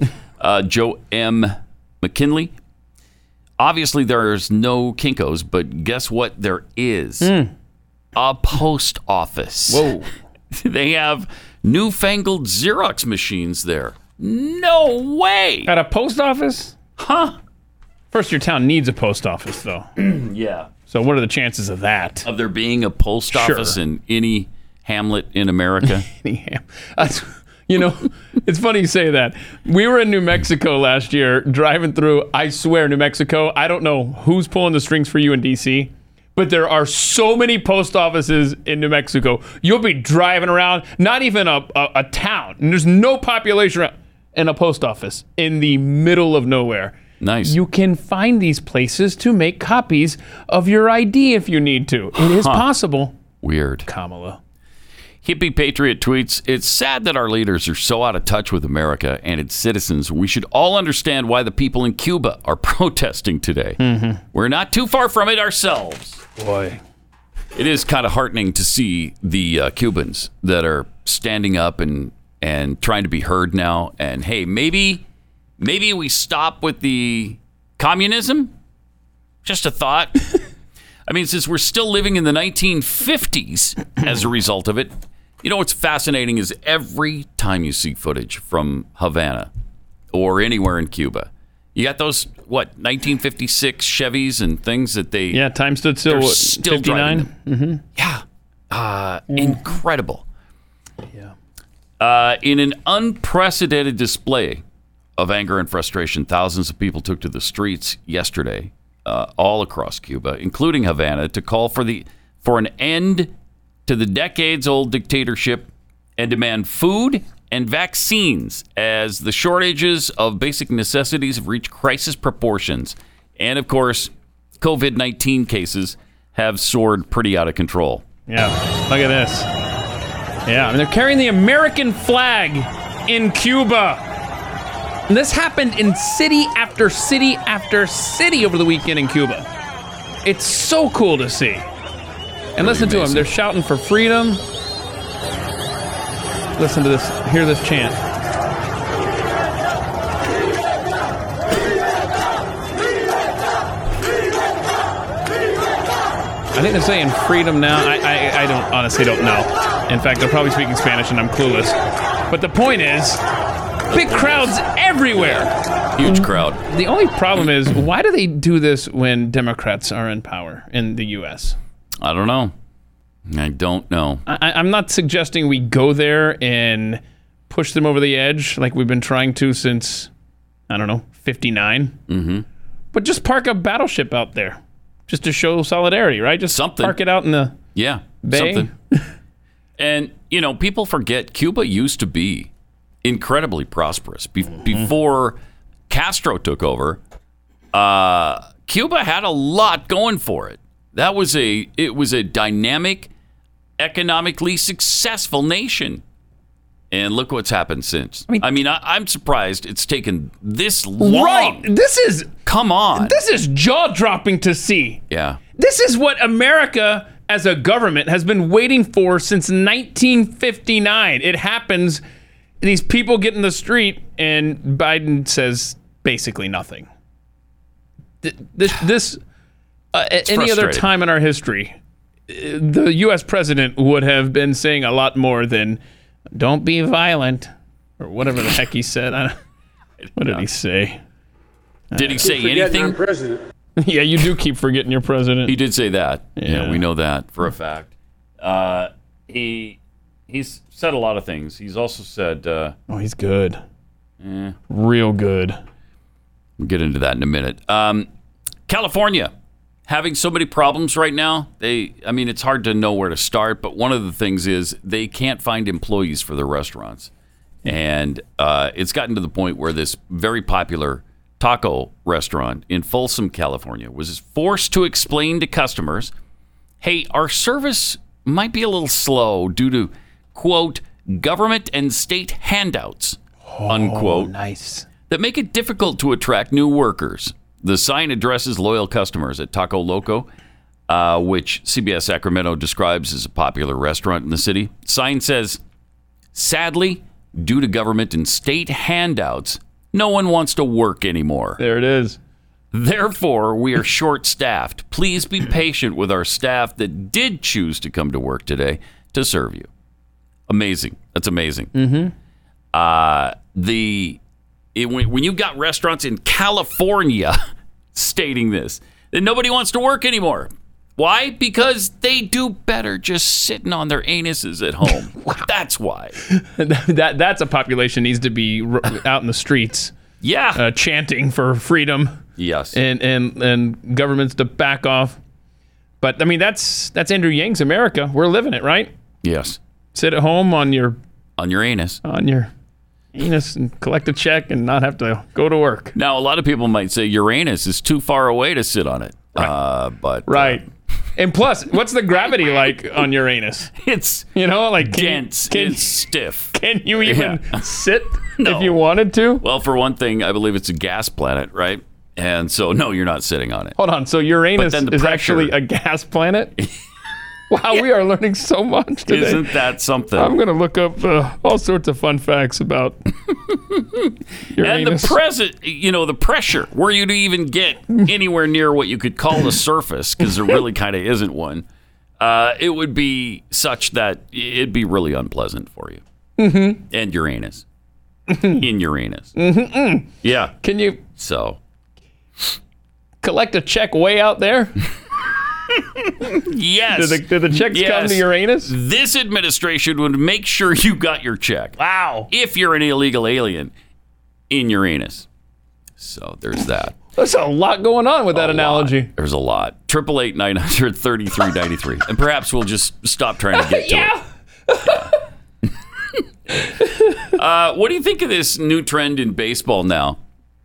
S2: Huh. uh, Joe M. McKinley. Obviously, there's no Kinkos, but guess what? There is a post office. Whoa. <laughs> they have newfangled Xerox machines there. No way.
S3: At a post office?
S2: Huh?
S3: First, your town needs a post office, though.
S2: yeah.
S3: So, what are the chances of that? <laughs>
S2: Of there being a post office in any hamlet in America.
S3: That's- you know, <laughs> it's funny you say that. We were in New Mexico last year driving through, I swear, New Mexico. I don't know who's pulling the strings for you in D.C., but there are so many post offices in New Mexico. You'll be driving around, not even a, a, a town, and there's no population around, and a post office in the middle of nowhere.
S2: Nice.
S3: You can find these places to make copies of your ID if you need to. It is
S2: Huh.
S3: possible.
S2: Weird.
S3: Kamala.
S2: Hippie Patriot tweets It's sad that our leaders are so out of touch with America and its citizens. We should all understand why the people in Cuba are <laughs> protesting today. We're not too far from it ourselves.
S3: Boy.
S2: It is kind of heartening to see the uh, Cubans that are standing up and, and trying to be heard now. And hey, maybe maybe we stop with the communism. Just a thought. I mean, since we're still living in the 1950s as a result of it, you know what's fascinating is every time you see footage from Havana or anywhere in Cuba, you got those what 1956 Chevys and things that they
S3: Yeah, time stood still.
S2: They're
S3: what,
S2: still driving
S3: 59? Mm-hmm.
S2: uh, incredible. Yeah. Uh, in an unprecedented display of anger and frustration, thousands of people took to the streets yesterday, uh, all across Cuba, including Havana, to call for the for an end to the decades-old dictatorship and demand food and vaccines as the shortages of basic necessities have reached crisis proportions, and of course, COVID-19 cases have soared pretty out of control.
S3: Yeah, look at this. Yeah, I mean, they're carrying the American flag in Cuba. And this happened in city after city after city over the weekend in Cuba. It's so cool to see. And listen to them. They're shouting for freedom. Listen to this. Hear this chant. I think they're saying freedom now. I, I, I don't honestly don't know. In fact, they're probably speaking Spanish and I'm clueless. But the point is, big crowds everywhere.
S2: Huge crowd.
S3: The only problem is, why do they do this when Democrats are in power in the U.S.?
S2: I don't know. I don't know.
S3: I, I- I'm not suggesting we go there and push them over the edge like we've been trying to since, I don't know, 59.
S2: Mm-hmm.
S3: But just park a battleship out there just to show solidarity, right? Just Something. park it out in the.
S2: Yeah,
S3: Bay?
S2: something. and you know, people forget Cuba used to be incredibly prosperous Be- before Castro took over. Uh, Cuba had a lot going for it. That was a it was a dynamic, economically successful nation. And look what's happened since. I mean, I am surprised it's taken this long.
S3: Right. This is.
S2: Come on.
S3: This is jaw dropping to see.
S2: Yeah.
S3: This is what America as a government has been waiting for since 1959. It happens. These people get in the street, and Biden says basically nothing. Th-
S2: <sighs>
S3: This, this uh, at
S2: It's
S3: any other
S2: frustrating.
S3: time in our history, uh, the U.S. president would have been saying a lot more than "Don't be violent" or whatever the <laughs> heck he said. I don't, what did he say? <laughs>
S2: Did he say
S15: Keep forgetting
S2: anything?
S15: I'm president.
S3: yeah, you do keep forgetting your president.
S2: He did say that. Yeah, we know that for a fact. Uh, he he's said a lot of things. He's also said, uh,
S3: "Oh, he's good,
S2: yeah.
S3: real good."
S2: We'll get into that in a minute. Um, California having so many problems right now. They, I mean, it's hard to know where to start. But one of the things is they can't find employees for their restaurants, and uh, it's gotten to the point where this very popular taco restaurant in Folsom, California, was forced to explain to customers, "Hey, our service might be a little slow due to quote government and state handouts." Unquote.
S3: nice.
S2: That make it difficult to attract new workers. The sign addresses loyal customers at Taco Loco, uh, which CBS Sacramento describes as a popular restaurant in the city. Sign says, sadly, due to government and state handouts, no one wants to work anymore.
S3: There it is. <laughs>
S2: Therefore, we are short staffed. Please be patient with our staff that did choose to come to work today to serve you. Amazing. That's amazing.
S3: Mm-hmm.
S2: Uh, the it, when, when you got restaurants in California <laughs> stating this, then nobody wants to work anymore. Why? Because they do better just sitting on their anuses at
S3: <laughs>
S2: home. That's why.
S3: that that's a population needs to be r- out in the streets.
S2: Yeah,
S3: uh, eh. chanting for freedom.
S2: Yes,
S3: and and and governments to back off. But I mean, that's that's Andrew Yang's America. We're living it, right?
S2: Yes.
S3: Sit at home on your
S2: on your anus
S3: on your anus and collect a check and not have to go to work.
S2: Now, a lot of people might say Uranus is too far away to sit on it. Uh, but
S3: Right. And plus, what's the gravity like on Uranus?
S2: <laughs> It's
S3: you know like can you-
S2: dense,
S3: can-
S2: it's stiff.
S3: Can you even
S2: Yeah. <laughs>
S3: sit if you wanted to?
S2: Well, for one thing, I believe it's a gas planet, right? And so, no, you're not sitting on it.
S3: Hold on. So Uranus
S2: then the
S3: is
S2: pressure-
S3: actually a gas planet. <laughs> wow, we are learning so much today.
S2: Isn't that something?
S3: I'm going to look up uh, all sorts of fun facts <laughs> about
S2: and the
S3: Uranus.
S2: present, you know, the pressure. Were you to even
S3: <laughs>
S2: get anywhere near what you could call the surface, because there really kind of isn't one, uh, it would be such that it'd be really unpleasant for you
S3: Mhm.
S2: and Uranus. In Uranus,
S3: Mm.
S2: mm-hmm. yeah.
S3: Can you
S2: so
S3: collect a check way out there?
S2: yes?
S3: Did the, did the checks come to
S2: Yes.
S3: Uranus?
S2: This administration would make sure you got your check. Wow. If you're an illegal alien in Uranus. So there's that.
S3: There's a lot going on with that analogy.
S2: There's a lot. Triple eight nine hundred thirty three ninety three. And perhaps we'll just stop trying to get to it. <laughs> uh, what do you think of this new trend in baseball now?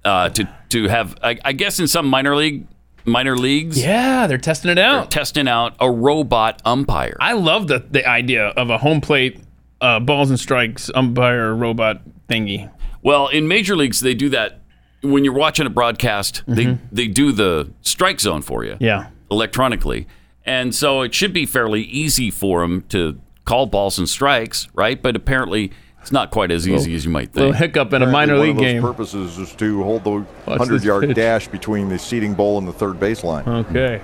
S2: Uh, to to have, I, I guess, in some minor league, minor leagues,
S3: Yeah, they're testing it out.
S2: testing out a robot umpire.
S3: I love the, the idea of a home plate uh, balls and strikes umpire robot thingy.
S2: Well, in major leagues, they do that when you're watching a broadcast. They they do the strike zone for you.
S3: Mm-hmm. Yeah.
S2: electronically, and so it should be fairly easy for them to call balls and strikes, right? But apparently, it's not quite as easy as you might
S3: Little
S2: think.
S3: hiccup in a minor
S15: Apparently
S3: league game.
S15: One of those purposes is to hold the
S3: this
S15: 100 yard
S3: pitch.
S15: dash between the seating bowl and the third baseline.
S2: Oh.
S3: Okay.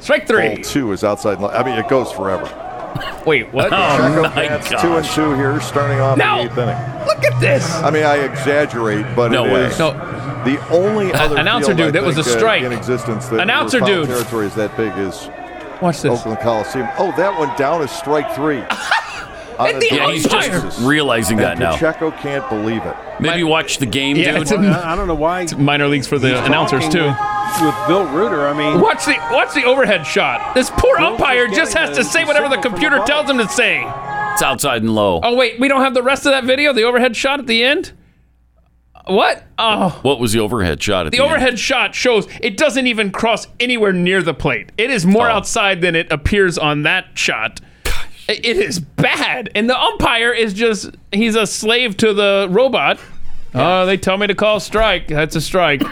S3: Strike three.
S15: Ball two is outside. li- I mean, it goes forever.
S3: Wait, what?
S2: Oh,
S15: Pacheco Pats, two and two here, starting off
S3: No!
S15: the eighth inning.
S3: Look at this.
S15: I mean, I exaggerate, but
S3: No
S15: it
S3: way.
S15: is
S3: No.
S15: the only
S3: Uh,
S15: other
S3: <laughs> announcer
S15: field, I
S3: dude, that was
S15: think,
S3: a
S15: uh,
S3: strike.
S15: in existence that
S3: Announcer
S15: where foul
S3: dude.
S15: territory is that big is
S3: Watch this.
S15: Oakland Coliseum. Oh, that one down is strike three. On
S3: And
S15: a
S3: the
S15: daily
S2: Yeah, he's just
S15: basis.
S2: realizing that
S15: And
S2: now.
S15: Pacheco can't believe it.
S2: Maybe watch the game,
S3: Yeah,
S2: dude.
S3: it's a-
S16: I don't know why
S3: It's minor leagues for the announcers too.
S16: with Bill Reuter. I mean,
S3: Watch the watch the overhead shot. This poor
S16: Well,
S3: umpire
S16: forgetting
S3: just has
S16: the-
S3: to say
S16: the
S3: whatever the
S16: signal from
S3: computer
S16: above.
S3: tells him to say.
S2: it's outside and low.
S3: Oh wait, we don't have the rest of that video. The overhead shot at the end. What? Oh,
S2: What was the overhead shot at the,
S3: the overhead shot shows it doesn't even cross anywhere near the plate. It is
S2: Oh.
S3: more outside than it appears on that shot. I- It is bad, and the umpire is just—he's a slave to the robot. Oh, they tell me to call strike. That's
S2: <coughs>
S3: a strike.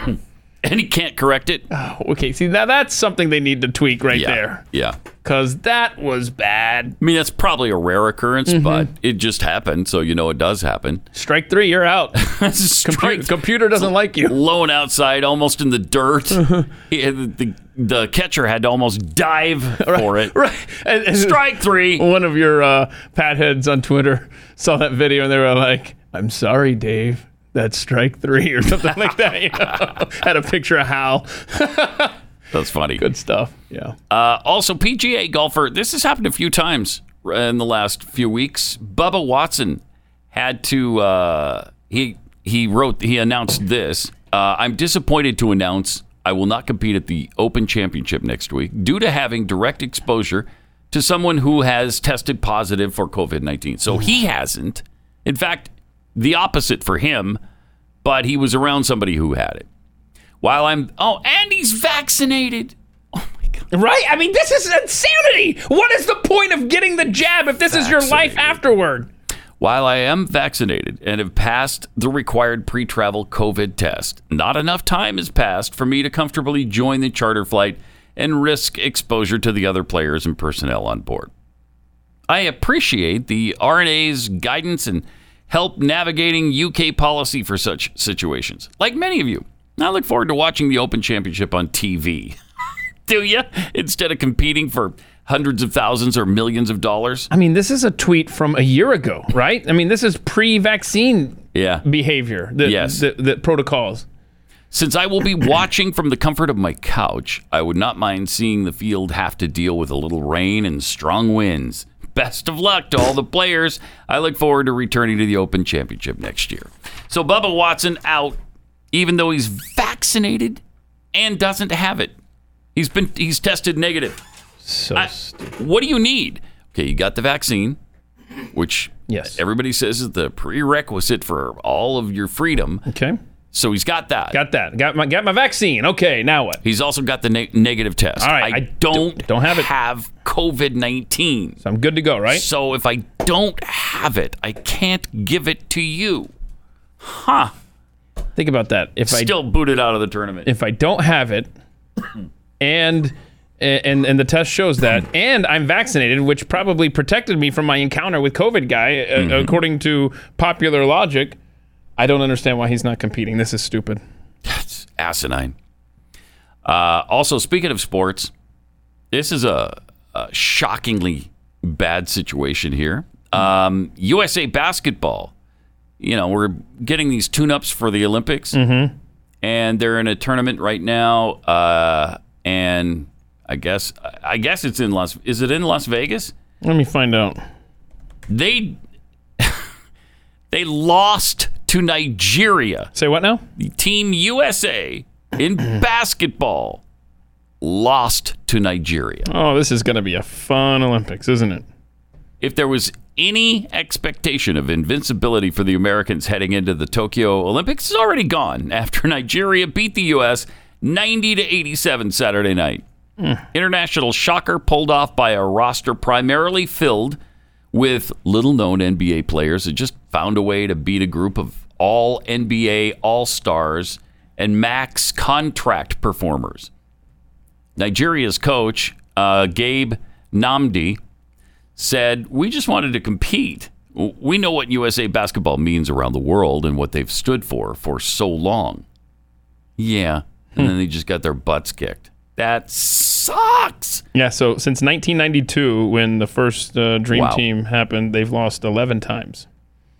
S2: and he can't correct it.
S3: Oh, okay, see now that's something they need to tweak right
S2: Yeah.
S3: there.
S2: Yeah.
S3: Cause that was bad.
S2: I mean, that's probably a rare occurrence,
S3: Mm-hmm.
S2: but it just happened, so you know it does happen.
S3: Strike three,
S2: <laughs>
S3: you're out. Computer, computer doesn't like you.
S2: Low and outside, almost in the dirt.
S3: Uh-huh.
S2: He- the, the catcher had to almost dive for it.
S3: <laughs> Right. And- and
S2: Strike three.
S3: <laughs> One of your uh, pat heads on Twitter saw that video and they were like, "I'm sorry, <laughs> Dave, that's strike three or something like that." You know? Had a picture of Hal.
S2: That's funny.
S3: <laughs> Good stuff. Yeah.
S2: Uh, also, PGA golfer, this has happened a few times in the last few weeks. Bubba Watson had to, uh, he, he wrote, he announced this. Uh, I'm disappointed to announce I will not compete at the Open Championship next week due to having direct exposure to someone who has tested positive for COVID 19. So he hasn't. In fact, the opposite for him, but he was around somebody who had it. While I'm, oh, and he's vaccinated.
S3: Right? I mean, this is insanity. What is the point of getting the jab if this is your life afterward?
S2: While I am vaccinated and have passed the required pre travel COVID test, not enough time has passed for me to comfortably join the charter flight and risk exposure to the other players and personnel on board. I appreciate the RNA's guidance and help navigating UK policy for such situations. Like many of you, I look forward to watching the Open Championship on TV. <laughs> Do you? Instead of competing for hundreds of thousands or millions of dollars.
S3: I mean, this is a tweet from a year ago, right? I mean, this is pre vaccine
S2: Yeah.
S3: behavior, the,
S2: Yes.
S3: the, the protocols.
S2: Since I will be watching from the comfort of my couch, I would not mind seeing the field have to deal with a little rain and strong winds. Best of luck to all the players. I look forward to returning to the Open Championship next year. So Bubba Watson out, even though he's vaccinated and doesn't have it. He's been he's tested negative.
S3: So
S2: what do you need? Okay, you got the vaccine, which
S3: Yes.
S2: everybody says is the prerequisite for all of your freedom.
S3: Okay.
S2: So he's got that.
S3: Got that. Got my got my vaccine. Okay, now what?
S2: He's also got the ne- negative test.
S3: All right,
S2: I,
S3: I
S2: don't
S3: don't have it.
S2: Have COVID nineteen. So
S3: I'm good to go, right?
S2: So if I don't have it, I can't give it to you. Huh?
S3: Think about that. If I
S2: Still booted out of the tournament.
S3: if I don't have it, and and and the test shows that, and I'm vaccinated, which probably protected me from my encounter with COVID guy, a-
S2: Mm-hmm.
S3: according to popular logic. I don't understand why he's not competing. This is stupid.
S2: asinine. Uh, also, speaking of sports, this is a, a shockingly bad situation here. Um, USA basketball. You know, we're getting these tune-ups for the Olympics,
S3: Mhm.
S2: and they're in a tournament right now. Uh, and I guess, I guess it's in Las. Is it in Las Vegas?
S3: Let me find out.
S2: They <laughs> they lost to Nigeria.
S3: Say what now?
S2: Team USA in basketball lost to Nigeria.
S3: Oh, this is going to be a fun Olympics, isn't it?
S2: If there was any expectation of invincibility for the Americans heading into the Tokyo Olympics, it's already gone <laughs> after Nigeria beat the US 90 to 87 Saturday night. International shocker pulled off by a roster primarily filled with little known NBA players that just found a way to beat a group of all NBA All Stars and max contract performers. Nigeria's coach, uh, Gabe Namdi, said, We just wanted to compete. W- We know what USA basketball means around the world and what they've stood for for so long. Yeah. And
S3: Hmm.
S2: then they just got their butts kicked. That sucks.
S3: Yeah. So since 1992, when the first uh, Dream
S2: Wow.
S3: Team happened, they've lost 11 times.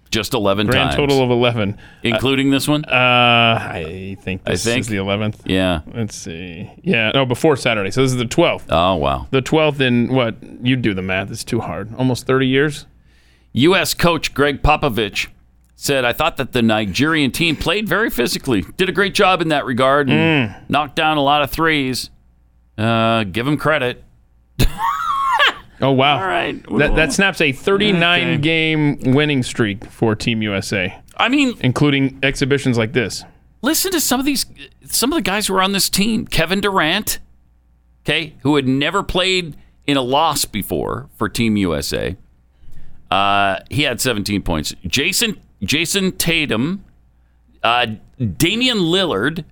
S2: Just 11
S3: Grand
S2: times.
S3: total of uh, 11,
S2: Including this one?
S3: Uh, I think
S2: I
S3: this
S2: think.
S3: is the 11th.
S2: yeah.
S3: Let's see. Yeah. No, before Saturday. So this is the 12th.
S2: Oh, wow.
S3: The 12th in what? You do the math. It's too hard. Almost 30 years.
S2: U.S. coach Greg Popovich said, I thought that the Nigerian team played very physically, did a great job in that regard, and
S3: Hmm.
S2: knocked down a lot of threes. Uh, give him credit.
S3: Oh wow!
S2: All right.
S3: That, that snaps a 39
S2: Okay.
S3: game winning streak for Team USA,
S2: I mean,
S3: including exhibitions like this.
S2: listen to some of these some of the guys who were on this team kevin durant okay who had never played in a loss before for team usa uh, he had 17 points jason jason tatum uh, damian lillard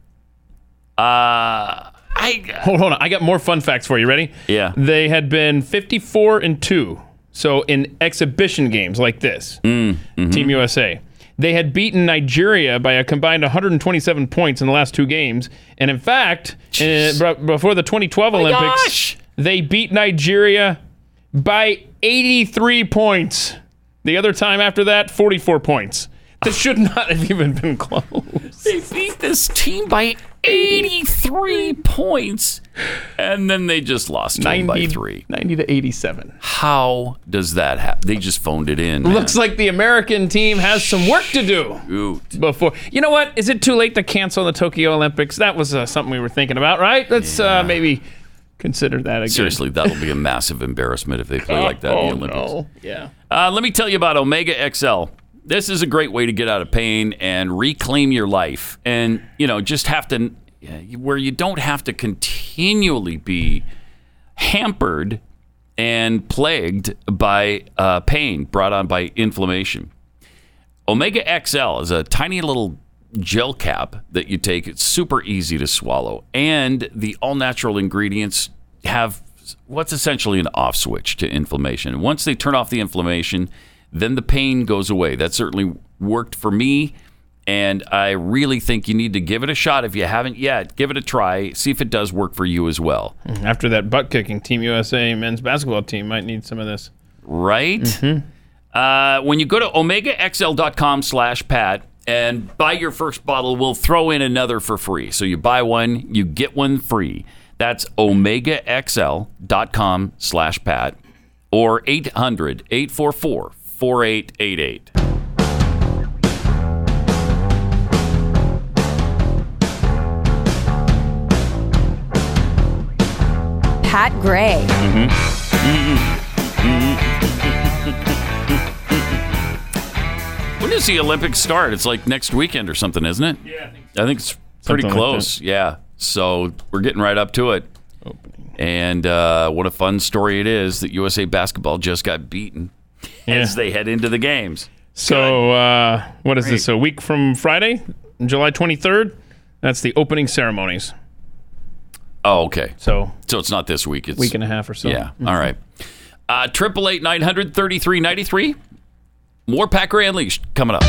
S2: uh, i
S3: Hold hold on. I got more fun facts for you. Ready?
S2: yeah
S3: They had been 54 and 2. So in exhibition games like this,
S2: Mm, mm-hmm.
S3: Team USA, they had beaten Nigeria by a combined 127 points in the last two games. And in fact, uh, b- before the 2012 Olympics,
S2: Oh gosh.
S3: they beat Nigeria by 83 points. The other time after that, 44 points. This should not have even been close.
S2: they beat this team by 83 points. And then they just lost to 90, by three.
S3: 90 to 87.
S2: How does that happen? They just phoned it in. man.
S3: Looks like the American team has some work to do
S2: Shoot.
S3: before. You know what? Is it too late to cancel the Tokyo Olympics? That was uh, something we were thinking about, right? Let's uh, maybe consider that again.
S2: Seriously, that'll
S3: <laughs>
S2: be a massive embarrassment if they play like that in the Olympics.
S3: Oh, no. Yeah.
S2: Uh, let me tell you about Omega XL. This is a great way to get out of pain and reclaim your life, and you know, just have to where you don't have to continually be hampered and plagued by uh, pain brought on by inflammation. Omega XL is a tiny little gel cap that you take. It's super easy to swallow, and the all natural ingredients have what's essentially an off switch to inflammation. Once they turn off the inflammation, then the pain goes away. That certainly worked for me, and I really think you need to give it a shot if you haven't yet. Give it a try, see if it does work for you as well.
S3: After that butt kicking, Team USA men's basketball team might need some of this.
S2: right? Uh, when you go to omegaxl.com slash pat and buy your first bottle, we'll throw in another for free. So you buy one, you get one free. That's omegaxl.com slash pat or 800 844 4888.
S10: Pat Gray.
S2: When does the Olympics start? It's like next weekend or something, isn't it? Yeah, I think, it's pretty
S3: Something like
S2: close. yeah, so we're getting right up to it. And uh, what a fun story it is that USA basketball just got beaten as they head into the games.
S3: So, uh, what is this? A week from Friday, July 23rd? That's the opening ceremonies.
S2: Oh, okay.
S3: So,
S2: so it's not this week. It's
S3: Week and a half or so.
S2: Yeah. All right. Uh, Triple eight nine hundred thirty three ninety three. More Packer Unleashed coming up.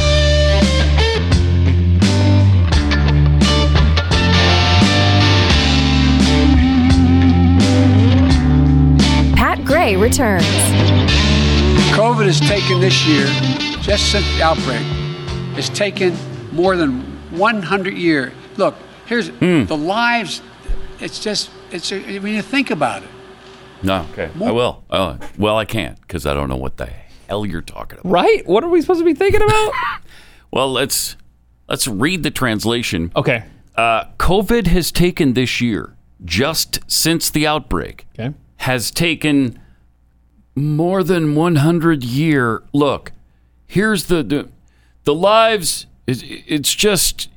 S10: Pat Gray returns.
S17: COVID has taken this year, just since the outbreak, has taken more than 100 years. Look, here's the lives. It's just, it's when you think about it.
S2: No. Okay. I will. Oh, well, I can't because I don't know what the hell you're talking about.
S3: Right? What are we supposed to be
S2: <laughs>
S3: thinking about?
S2: Well, let's let's read the translation.
S3: Okay.
S2: Uh, COVID has taken this year, just since the outbreak,
S3: Okay.
S2: has taken more than 100 year. Look, here's the the, the lives. It's, it's just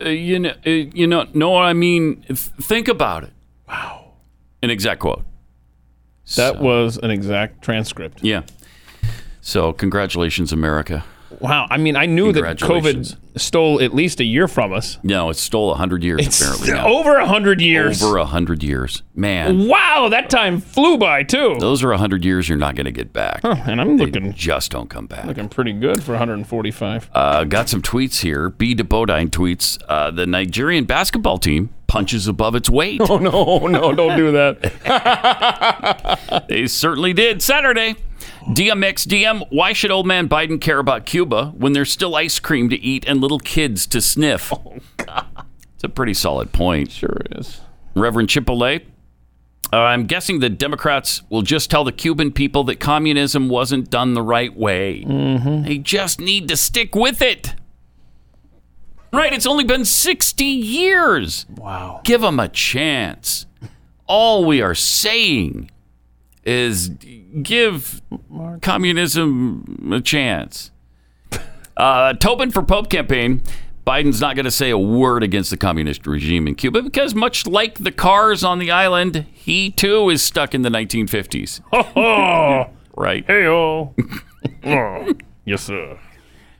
S2: uh, you know uh, you know know what I mean. Th- Think about it. Wow. An exact quote.
S3: That was an exact transcript.
S2: Yeah. So congratulations, America.
S3: Wow. I mean, I knew that
S2: Congratulations.
S3: COVID stole at least a year from us.
S2: No, it stole 100 years
S3: It's
S2: apparently. now.
S3: over 100 years.
S2: Over 100 years. Man.
S3: Wow, that time flew by, too.
S2: Those are 100 years you're not going to get back.
S3: Huh, and I'm
S2: They
S3: looking-
S2: just don't come back.
S3: Looking pretty good for 145.
S2: Uh, got some tweets here. B. DeBodine tweets uh, The Nigerian basketball team punches above its weight.
S3: <laughs> Oh, no, no, don't
S2: <laughs>
S3: do that.
S2: They certainly did Saturday. DMX DM, why should old man Biden care about Cuba when there's still ice cream to eat and little kids to sniff? Oh, God. It's a pretty solid point.
S3: Sure is.
S2: Reverend Chipotle, uh, I'm guessing the Democrats will just tell the Cuban people that communism wasn't done the right way. They just need to stick with it. Right? It's only been 60 years. Wow. Give them a chance. All we are saying is give communism a chance. Uh, Tobin for Pope campaign. Biden's not going to say a word against the communist regime in Cuba because, much like the cars on the island, he too is stuck in the 1950s.
S3: Oh,
S2: right.
S3: hey,
S2: <laughs>
S3: oh. Yes, sir.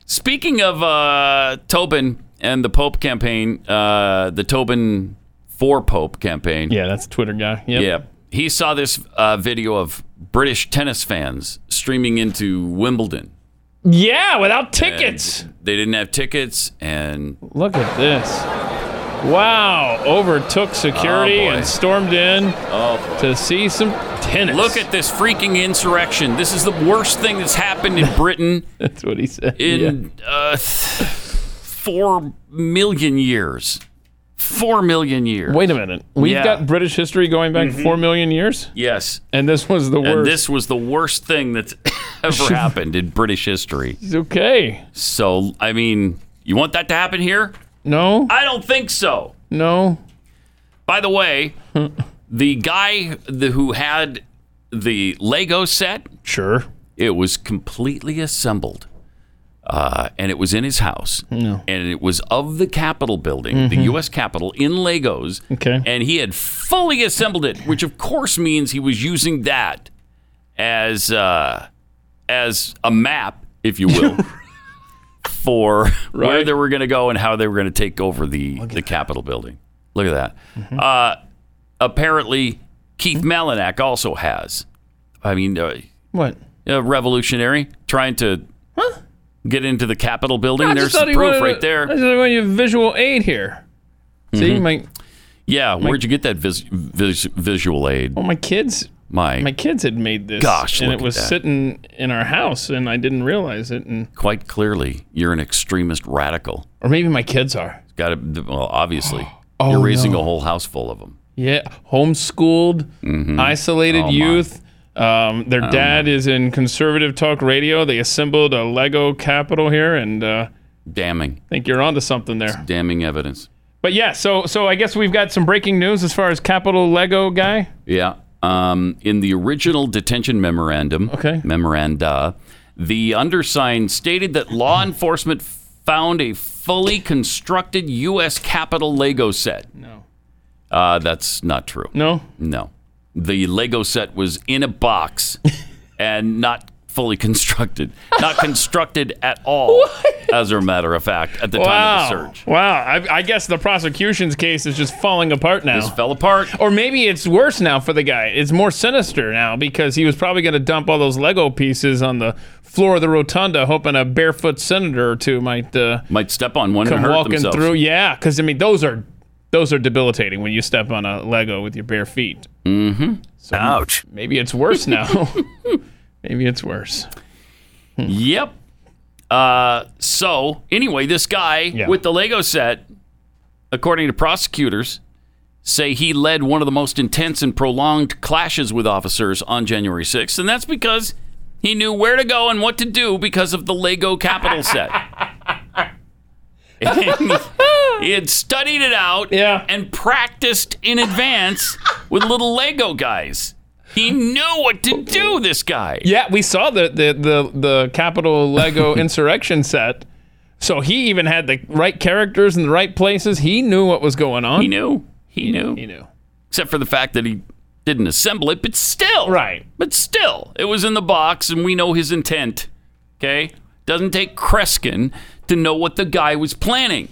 S2: Speaking of uh, Tobin and the Pope campaign, uh, the Tobin for Pope campaign.
S3: Yeah, that's Twitter guy. Yep.
S2: Yeah. He saw this uh, video of British tennis fans streaming into Wimbledon.
S3: Yeah, without tickets.
S2: They didn't have tickets, and
S3: Look at this. Wow. Overtook security
S2: Oh, boy. Oh,
S3: and stormed in to see some tennis.
S2: Look at this freaking insurrection. This is the worst thing that's happened in Britain
S3: <laughs> That's what he said.
S2: in uh, th- four million years. Four million years.
S3: Wait a minute. We've
S2: Yeah.
S3: got British history going back
S2: Mhm.
S3: four million years?
S2: Yes.
S3: And this was the
S2: And
S3: worst.
S2: this was the worst thing that's <laughs> ever happened in British history.
S3: It's okay.
S2: So, I mean, you want that to happen here?
S3: No.
S2: I don't think so.
S3: No.
S2: By the way, the guy the, who had the Lego set,
S3: sure,
S2: it was completely assembled, uh, and it was in his house,
S3: No.
S2: and it was of the Capitol building, the
S3: Mhm.
S2: U.S. Capitol, in Legos,
S3: Okay.
S2: and he had fully assembled it, which of course means he was using that as uh, as a map, if you
S3: <laughs>
S2: will. For where
S3: Right.
S2: they were going to go and how they were going to take over the the Capitol building. Look at that.
S3: Mm-hmm.
S2: Uh, apparently, Keith Malinak also has. I mean, uh,
S3: What?
S2: a revolutionary trying to get into the Capitol building.
S3: I
S2: There's
S3: just
S2: the
S3: thought he
S2: proof
S3: wanted-
S2: right there.
S3: I just want your visual aid here. See,
S2: Mhm.
S3: my
S2: yeah, where'd you get that vis- vis- visual aid?
S3: well, my kids,
S2: My,
S3: my kids had made this.
S2: Gosh,
S3: and
S2: look
S3: it
S2: at
S3: was
S2: that.
S3: sitting in our house, and I didn't realize it. And
S2: quite clearly, you're an extremist radical.
S3: or maybe my kids are.
S2: Got to, well, obviously,
S3: <gasps> Oh,
S2: you're raising
S3: no.
S2: a whole house full of them.
S3: Yeah, homeschooled,
S2: Mhm.
S3: isolated
S2: Oh, my.
S3: youth. Um, their
S2: Oh,
S3: dad is in conservative talk radio. They assembled a Lego capital here, and uh,
S2: Damning,
S3: I think you're onto something there.
S2: damning evidence.
S3: But yeah, so so I guess we've got some breaking news as far as Capital Lego guy.
S2: Yeah. Um, in the original detention memorandum,
S3: Okay.
S2: memoranda, the undersigned stated that
S3: <laughs>
S2: law enforcement found a fully constructed U.S. Capitol Lego set.
S3: No.
S2: Uh, that's not true.
S3: No?
S2: No. The Lego set was in a
S3: <laughs>
S2: box and not fully constructed. Not constructed at all, as a matter of fact, at the time of the search.
S3: Wow. I, I guess the prosecution's case is just falling apart now.
S2: Just fell apart.
S3: Or maybe it's worse now for the guy. It's more sinister now because he was probably going to dump all those Lego pieces on the floor of the rotunda, hoping a barefoot senator or two might uh,
S2: Might step on one
S3: come
S2: and hurt
S3: walking
S2: themselves.
S3: through. Yeah, because I mean those are those are debilitating when you step on a Lego with your bare feet.
S2: Mm-hmm.
S3: So Ouch. Maybe it's
S2: <laughs>
S3: worse now. maybe it's worse.
S2: Yep. Uh, so anyway, this guy with the Lego set, according to prosecutors, say he led one of the most intense and prolonged clashes with officers on January 6th, and that's because he knew where to go and what to do because of the Lego Capital set. And he had studied it out and practiced in advance with little Lego guys. He knew what to do. This guy.
S3: Yeah, we saw the the the, the Capitol
S2: <laughs>
S3: Lego insurrection set. So he even had the right characters in the right places. He knew what was going on. He
S2: knew. He knew.
S3: He knew.
S2: except for the fact that he didn't assemble it, but still. Right. But still, it was in the box, and we know his intent. Okay? Doesn't take Kreskin to know what the guy was planning.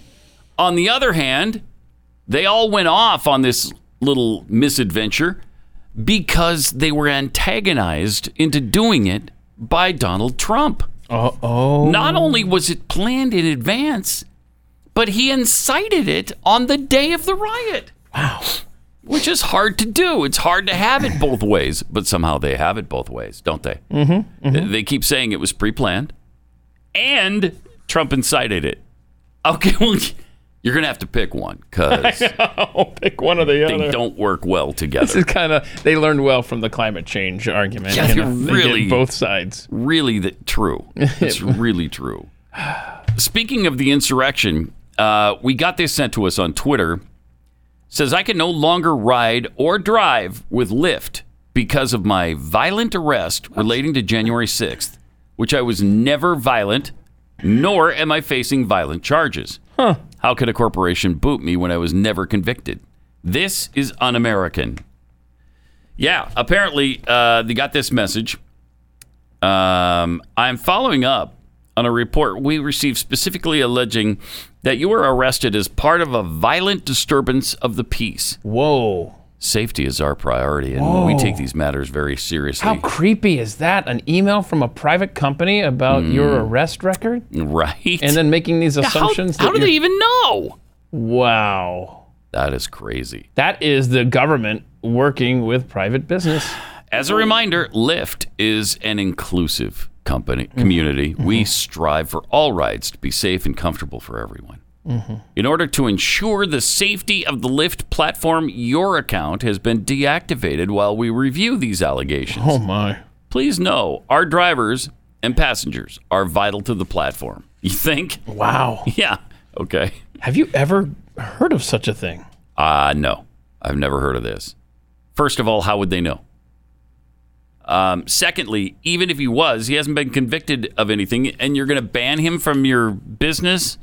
S2: On the other hand, they all went off on this little misadventure because they were antagonized into doing it by Donald Trump.
S3: Uh <laughs> oh.
S2: Not only was it planned in advance, but he incited it on the day of the riot. Wow. Which is hard to do. It's hard to have it both ways, but somehow they have it both ways, don't they?
S3: Mm-hmm.
S2: They- They keep saying it was pre planned and Trump incited it. Okay, <laughs> well, you're going to have to pick one
S3: <laughs>
S2: because
S3: Pick one or the
S2: they
S3: other.
S2: don't work well
S3: This
S2: together.
S3: is kind of they learned well from the climate change argument.
S2: Yeah,
S3: you
S2: you're
S3: know, they did
S2: really
S3: both sides.
S2: Really, that true. It's really true. Speaking of the insurrection, uh, we got this sent to us on Twitter. Says I can no longer ride or drive with Lyft because of my violent arrest relating to January 6th, which I was never violent, nor am I facing violent charges. Huh. How could a corporation boot me when I was never convicted? This is un-American. Yeah, apparently uh, they got this message. Um, I'm following up on a report we received specifically alleging that you were arrested as part of a violent disturbance of the peace.
S3: Whoa.
S2: Safety is our priority, and we
S3: Whoa.
S2: take these matters very seriously.
S3: How creepy is that? An email from a private company about your arrest record,
S2: <laughs> right?
S3: and then making these
S2: Yeah, Mm. how-
S3: assumptions.
S2: how do they even know?
S3: Wow.
S2: That is crazy.
S3: That is the government working with private business.
S2: As a reminder, Lyft is an inclusive company community. We strive for all rides to be safe and comfortable for everyone. In order to ensure the safety of the Lyft platform, your account has been deactivated while we review these allegations.
S3: Oh, my.
S2: Please know our drivers and passengers are vital to the platform. You think? <laughs>
S3: Wow.
S2: Yeah. Okay.
S3: Have you ever heard of such a thing?
S2: Uh, no, I've never heard of this. First of all, how would they know? Um, secondly, even if he was, he hasn't been convicted of anything, and you're going to ban him from your business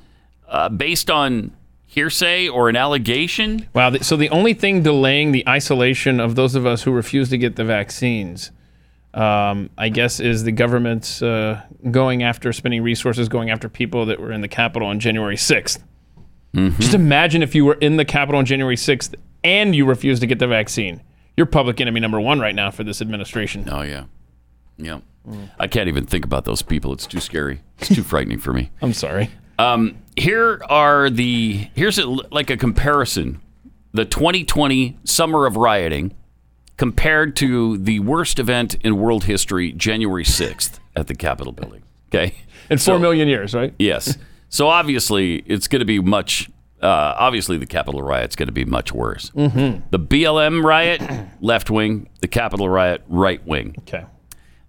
S2: uh, based on hearsay or an allegation?
S3: Wow. th- So the only thing delaying the isolation of those of us who refuse to get the vaccines, um, I guess, is the government's uh, going after, spending resources going after people that were in the Capitol on January 6th. Just imagine if you were in the Capitol on January 6th and you refused to get the vaccine. You're public enemy number one right now for this administration.
S2: Oh, yeah. Yeah. I can't even think about those people. It's too scary. It's too frightening for me.
S3: I'm sorry.
S2: Um, here are the here's a, like a comparison: the 2020 summer of rioting compared to the worst event in world history, January 6th at the Capitol building. Okay, <laughs>
S3: In four million years, right?
S2: yes. So obviously, it's going to be much. Uh, obviously, the Capitol riot's going to be much worse.
S3: Mm-hmm.
S2: The BLM riot, <coughs> left wing. The Capitol riot, right wing.
S3: Okay.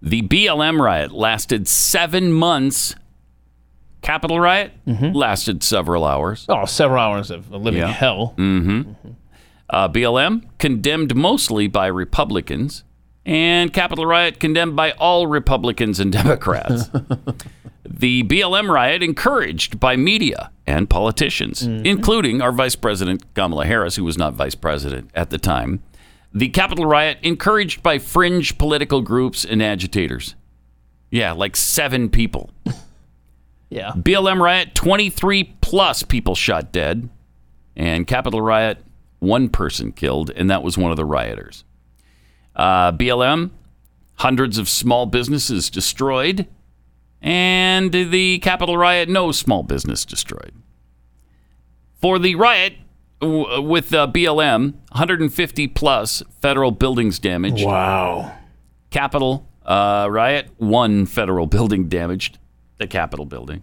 S2: The BLM riot lasted seven months. Capitol riot lasted several hours.
S3: Oh, several hours of a living
S2: Yeah.
S3: hell.
S2: Mm-hmm. Uh, BLM condemned mostly by Republicans, and Capitol riot condemned by all Republicans and <laughs> Democrats. the BLM riot encouraged by media and politicians, including our Vice President Kamala Harris, who was not Vice President at the time. The Capitol riot encouraged by fringe political groups and agitators. Yeah, like seven people.
S3: Yeah.
S2: BLM riot, 23 plus people shot dead. And Capitol riot, one person killed, and that was one of the rioters. Uh, BLM, hundreds of small businesses destroyed. And the Capitol riot, no small business destroyed. For the riot w- with uh, BLM, 150 plus federal buildings damaged.
S3: Wow.
S2: Capitol uh, riot, one federal building damaged, the Capitol building.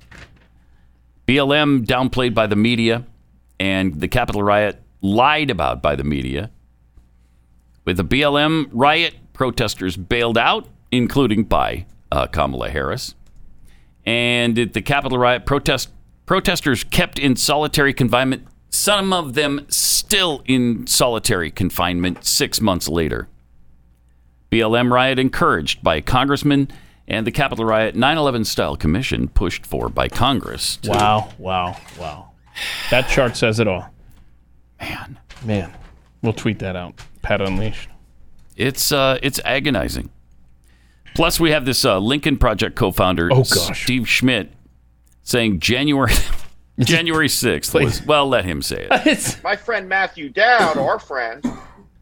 S2: BLM downplayed by the media, and the Capitol riot lied about by the media. With the BLM riot, protesters bailed out, including by uh, Kamala Harris. And at the Capitol riot, protest protesters kept in solitary confinement. Some of them still in solitary confinement six months later. BLM riot encouraged by congressmen and the Capitol riot 9/11 style commission pushed for by Congress. to-
S3: Wow, wow, wow. That chart says it all. Man. Man. We'll tweet that out. Pat Unleashed.
S2: It's uh, it's agonizing. Plus, we have this uh, Lincoln Project co-founder
S3: Oh, gosh.
S2: Steve Schmidt saying January <laughs> January sixth was well. Let him say it.
S18: My friend Matthew Dowd, our friend,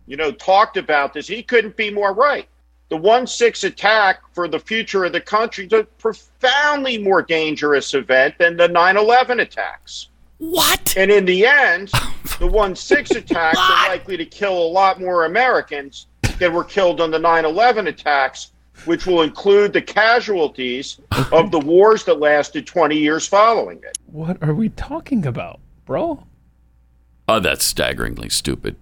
S18: you know, talked about this. He couldn't be more right. The 1 6 attack for the future of the country is a profoundly more dangerous event than the 9 11 attacks.
S2: What?
S18: And in
S17: <laughs>
S18: the end, the 1 6 attacks are likely to kill a lot more Americans than were killed on the 9 11 attacks, which will include the casualties of the wars that lasted 20 years following it.
S3: What are we talking about, bro?
S2: Oh, that's staggeringly stupid.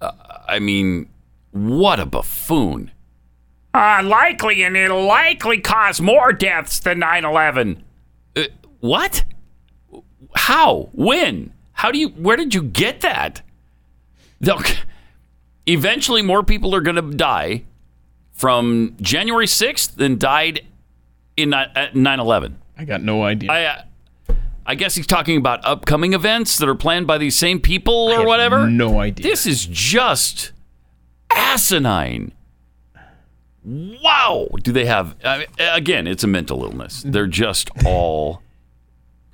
S2: Uh, I mean, what a buffoon! Uh, likely, and it'll likely cause more deaths than 9 11. Uh, what? How? When? How do you, where did you get that? Look, eventually more people are going to die from January 6th than died in 9 11.
S3: I got no idea.
S2: I, uh, I guess he's talking about upcoming events that are planned by these same people or whatever.
S3: No idea.
S2: This is just asinine. Wow. Do they have, I mean, again, it's a mental illness. They're just all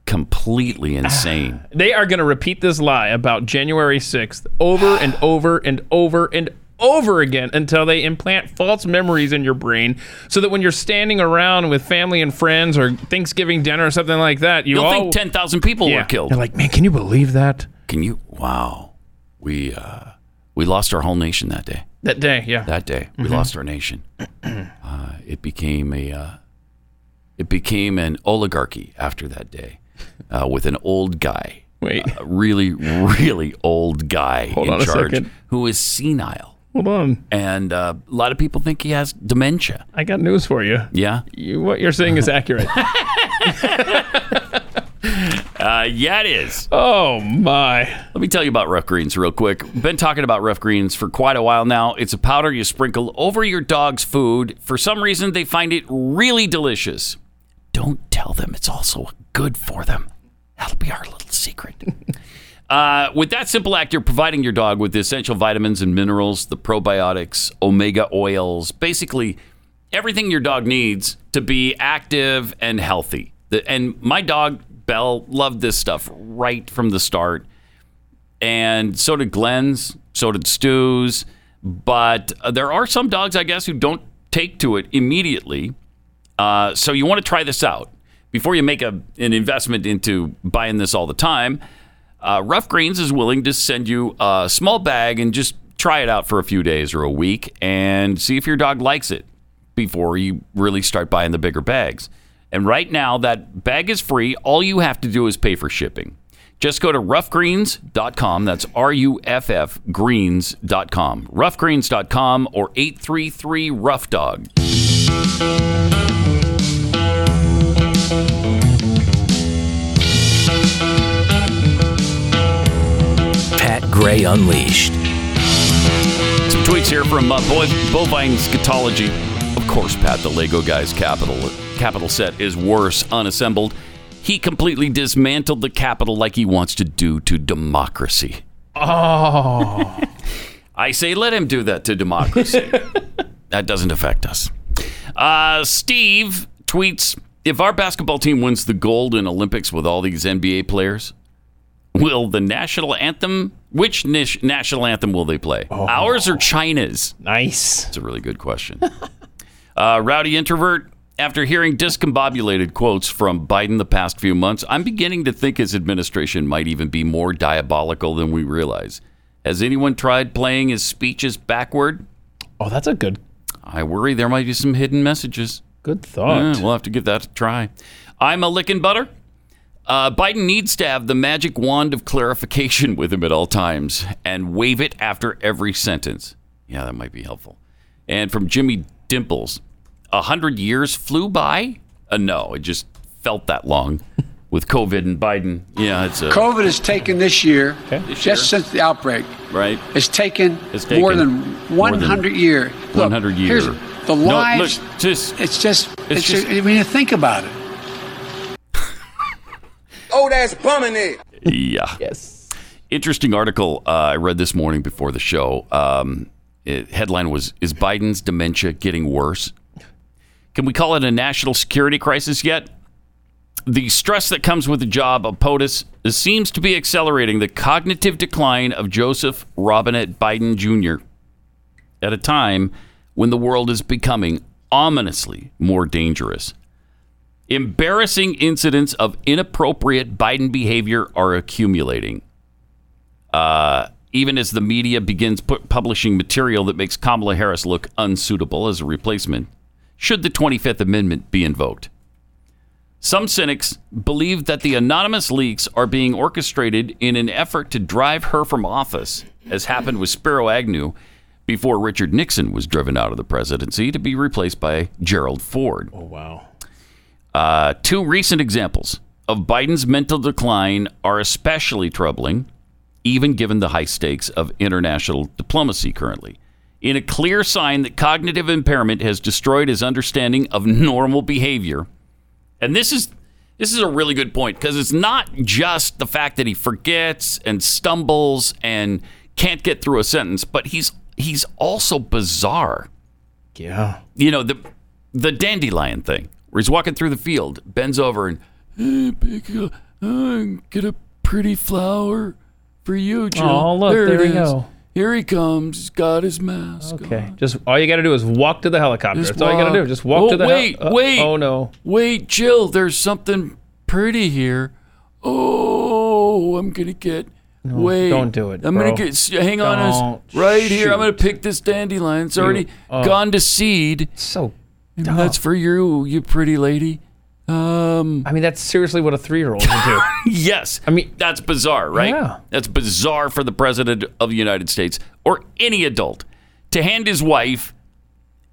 S2: completely
S3: <sighs>
S2: insane.
S3: They are going to repeat this lie about January 6th over <sighs> and over and over and over again until they implant false memories in your brain so that when you're standing around with family and friends or Thanksgiving dinner or something like that, you
S2: You'll
S3: all
S2: think 10,000 people were
S3: Yeah.
S2: killed.
S3: They're like, man, can you believe that?
S2: Can you? Wow. We, uh, we lost our whole nation that day.
S3: That day, yeah.
S2: That day, we
S3: Mhm.
S2: lost our nation. <clears throat> uh, it became a, uh, it became an oligarchy after that day. uh, with an old guy. Wait. A really, really old guy
S3: Hold
S2: in
S3: on a
S2: charge
S3: second.
S2: who is senile.
S3: Hold on.
S2: And uh, a lot of people think he has dementia.
S3: I got news for you.
S2: Yeah?
S3: You, what you're saying
S2: <laughs>
S3: is accurate.
S2: Uh, yeah, it is.
S3: Oh, my.
S2: Let me tell you about rough greens real quick. Been talking about rough greens for quite a while now. It's a powder you sprinkle over your dog's food. For some reason, they find it really delicious. Don't tell them it's also good for them. That'll be our little secret. Uh, with that simple act, you're providing your dog with the essential vitamins and minerals, the probiotics, omega oils, basically everything your dog needs to be active and healthy. The, and my dog, Belle, loved this stuff right from the start. And so did Glenn's, so did Stu's. But uh, there are some dogs, I guess, who don't take to it immediately. Uh, so you want to try this out before you make a, an investment into buying this all the time. Uh, Rough Greens is willing to send you a small bag and just try it out for a few days or a week and see if your dog likes it before you really start buying the bigger bags. And right now, that bag is free. All you have to do is pay for shipping. Just go to roughgreens.com. That's R U F F greens.com. Roughgreens.com or 833 Rough Dog.
S14: Pat Gray Unleashed.
S2: Some tweets here from uh, Bo- Bovine Scatology. Of course, Pat, the Lego guy's capital capital set is worse unassembled. He completely dismantled the capital like he wants to do to democracy.
S3: Oh.
S2: I say let him do that to democracy. that doesn't affect us. Uh, Steve tweets If our basketball team wins the gold in Olympics with all these NBA players, will the national anthem, which nish, national anthem will they play? Ours or China's?
S3: Nice.
S2: That's a really good question. <laughs> uh, Rowdy Introvert, after hearing discombobulated quotes from Biden the past few months, I'm beginning to think his administration might even be more diabolical than we realize. Has anyone tried playing his speeches backward?
S3: Oh, that's a good.
S2: I worry there might be some hidden messages.
S3: Good thought.
S2: Yeah, we'll have to give that a try. I'm a lickin' butter. Uh, Biden needs to have the magic wand of clarification <laughs> with him at all times and wave it after every sentence. Yeah, that might be helpful. And from Jimmy Dimples, a hundred years flew by. Uh, no, it just felt that long with COVID and Biden. Yeah, it's a
S17: COVID has taken this year, just since the outbreak,
S2: right.
S17: has taken
S2: It's taken
S17: more than
S2: more than
S17: 100 years.
S2: 100 years.
S17: Here's the
S2: No,
S17: lives.
S2: look, just,
S17: it's just. It's,
S2: just-
S17: just, When you think about it.
S19: Oh, that's bumming it.
S2: yeah. Yes. Interesting article uh, I read this morning before the show. Um, it, headline was Is Biden's dementia getting worse? Can we call it a national security crisis yet? The stress that comes with the job of POTUS seems to be accelerating the cognitive decline of Joseph Robinette Biden Jr. at a time when the world is becoming ominously more dangerous. Embarrassing incidents of inappropriate Biden behavior are accumulating. Uh, even as the media begins pu- publishing material that makes Kamala Harris look unsuitable as a replacement, should the 25th Amendment be invoked? Some cynics believe that the anonymous leaks are being orchestrated in an effort to drive her from office, as happened with Spiro Agnew before Richard Nixon was driven out of the presidency to be replaced by Gerald Ford. Oh,
S3: wow.
S2: Uh, two recent examples of Biden's mental decline are especially troubling, even given the high stakes of international diplomacy currently. In a clear sign that cognitive impairment has destroyed his understanding of normal behavior, and this is this is a really good point because it's not just the fact that he forgets and stumbles and can't get through a sentence, but he's he's also bizarre
S3: Yeah.
S2: you know the the dandelion thing where he's walking through the field bends over and hey, pick a, uh, get a pretty flower for you Jill.
S3: Aw, look, there
S2: it
S3: we
S2: is.
S3: go.
S2: here he comes he's got his mask
S3: Okay. Uh, Just all you got to do is walk to the helicopter. That's all you got to do. Just walk
S2: oh,
S3: to the hel-
S2: wait
S3: uh,
S2: wait
S3: Oh no.
S2: wait jill there's something pretty here oh i'm gonna get wait
S3: don't do it,
S2: i'm
S3: bro.
S2: gonna get s- hang on a s-
S3: Don't
S2: right here i'm
S3: shoot.
S2: gonna pick this dandelion it's
S3: You uh,
S2: already
S3: are
S2: gone to seed
S3: so
S2: and that's for you you pretty lady
S3: Um, I mean, that's seriously what a three-year-old
S2: <laughs>
S3: would do.
S2: yes. I mean, that's bizarre, right?
S3: Yeah.
S2: That's bizarre for the president of the United States or any adult to hand his wife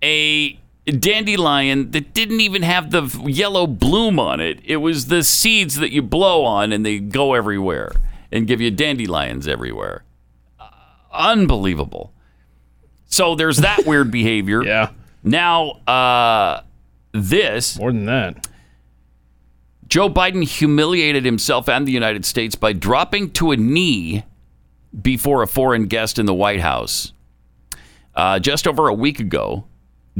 S2: a dandelion that didn't even have the f- yellow bloom on it. It was the seeds that you blow on and they go everywhere and give you dandelions everywhere. Uh, unbelievable. So there's that weird behavior.
S3: <laughs> Yeah.
S2: Now, uh, this.
S3: More than that.
S2: Joe Biden humiliated himself and the United States by dropping to a knee before a foreign guest in the White House. Uh, just over a week ago,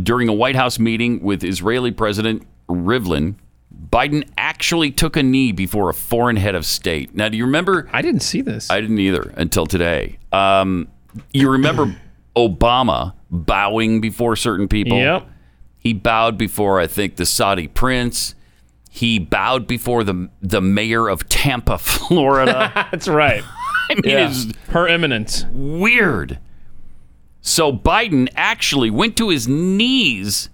S2: during a White House meeting with Israeli President Rivlin, Biden actually took a knee before a foreign head of state. Now, do you remember?
S3: I didn't see this.
S2: I oh. didn't either until today. Um, you remember Obama bowing before certain people?
S3: Yep.
S2: He bowed before, I think, the Saudi prince. He bowed before the the mayor of Tampa, <laughs> Florida.
S3: That's right.
S2: <laughs> I mean,
S3: Yeah.
S2: it's
S3: Her eminence.
S2: weird. So Biden actually went to his knees,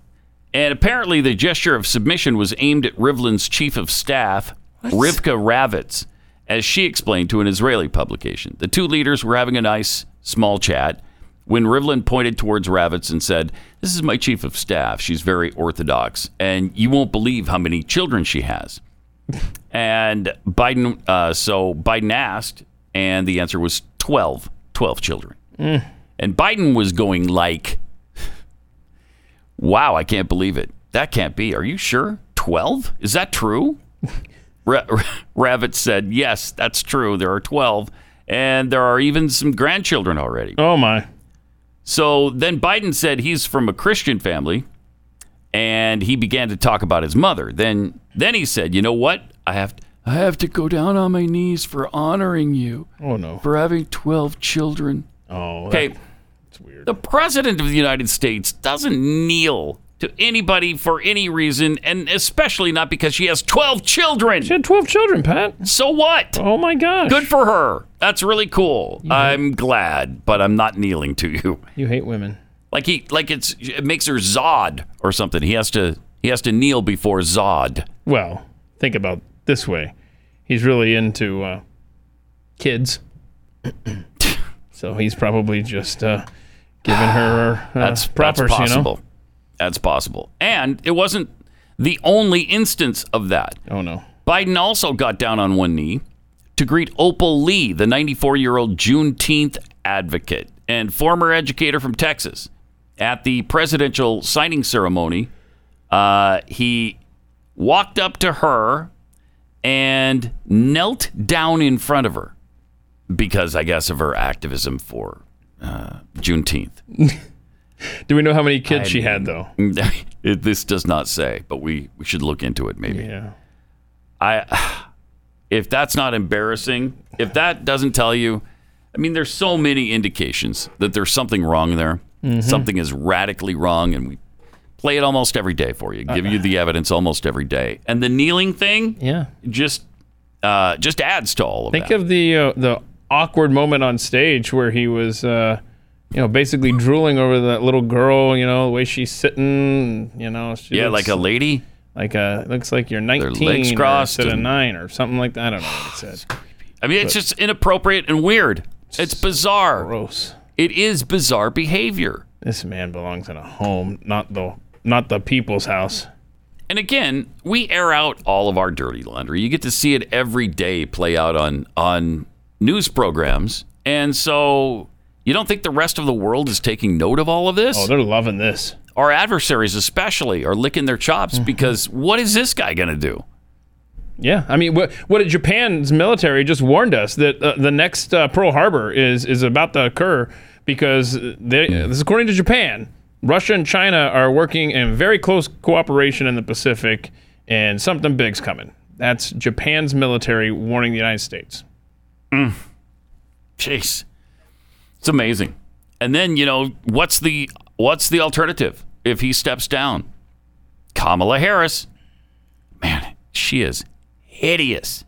S2: and apparently the gesture of submission was aimed at Rivlin's chief of staff, Rivka Ravitz, as she explained to an Israeli publication. The two leaders were having a nice small chat when Rivlin pointed towards Ravitz and said, This is my chief of staff. She's very orthodox, and you won't believe how many children she has. And Biden, uh, so Biden asked, and the answer was 12, 12 children.
S3: Mm.
S2: And Biden was going like, "Wow, I can't believe it. That can't be. Are you sure? 12? Is that true?" Ra- Ravitz said, "Yes, that's true. There are 12, and there are even some grandchildren already."
S3: Oh my.
S2: So then Biden said he's from a Christian family, and he began to talk about his mother. Then then he said, "You know what? I have I have to go down on my knees for honoring you
S3: Oh no.
S2: for having 12 children."
S3: Oh. that-
S2: Okay. The president of the United States doesn't kneel to anybody for any reason, and especially not because she has 12 children.
S3: She had 12 children, Pat.
S2: So what?
S3: Oh my gosh.
S2: Good for her. That's really cool. I'm glad, but I'm not kneeling to you.
S3: You hate women.
S2: Like he like it's it makes her Zod or something. He has to he has to kneel before Zod.
S3: Well, think about it this way. He's really into uh,
S2: <coughs>
S3: kids. so he's probably just uh, giving her uh,
S2: That's
S3: propers,
S2: that's
S3: you know?
S2: possible. That's possible. And it wasn't the only instance of that.
S3: Oh no.
S2: Biden also got down on one knee to greet Opal Lee, the 94 year old Juneteenth advocate and former educator from Texas. At the presidential signing ceremony, uh, he walked up to her and knelt down in front of her because, I guess, of her activism for uh, Juneteenth. <laughs>
S3: Do we know how many kids
S2: I
S3: she had,
S2: mean,
S3: though?
S2: it, this does not say, but we, we should look into it maybe.
S3: Yeah.
S2: I if that's not embarrassing, if that doesn't tell you, I mean, there's so many indications that there's something wrong there.
S3: Mhm.
S2: Something is radically wrong, and we play it almost every day for you. Give you the evidence almost every day, and the kneeling thing,
S3: Yeah.
S2: just uh, just adds to all of
S3: Think
S2: that.
S3: of the uh, the awkward moment on stage where he was, uh, you know, basically drooling over that little girl. You know, the way she's sitting. You know, she
S2: yeah,
S3: looks
S2: like a lady.
S3: like a looks like you're 19
S2: legs crossed
S3: or instead
S2: and-
S3: of nine or something like that. I don't
S2: <sighs>
S3: know what it said.
S2: I mean, it's
S3: But-
S2: just inappropriate and weird. It's bizarre.
S3: Gross.
S2: It is bizarre behavior.
S3: This man belongs in a home, not the not the people's house.
S2: And again, we air out all of our dirty laundry. You get to see it every day play out on on news programs. And so you don't think the rest of the world is taking note of all of this?
S3: Oh, they're loving this.
S2: Our adversaries especially are licking their chops because what is this guy going to do?
S3: Yeah, I mean, what what did Japan's military just warned us that uh, the next uh, Pearl Harbor is is about to occur because they,
S2: Hmm.
S3: this is according to Japan. Russia and China are working in very close cooperation in the Pacific, and something big's coming. That's Japan's military warning the United States.
S2: Jeez. It's amazing. And then, you know, what's the what's the alternative if he steps down? Kamala Harris. Man, she is hideous.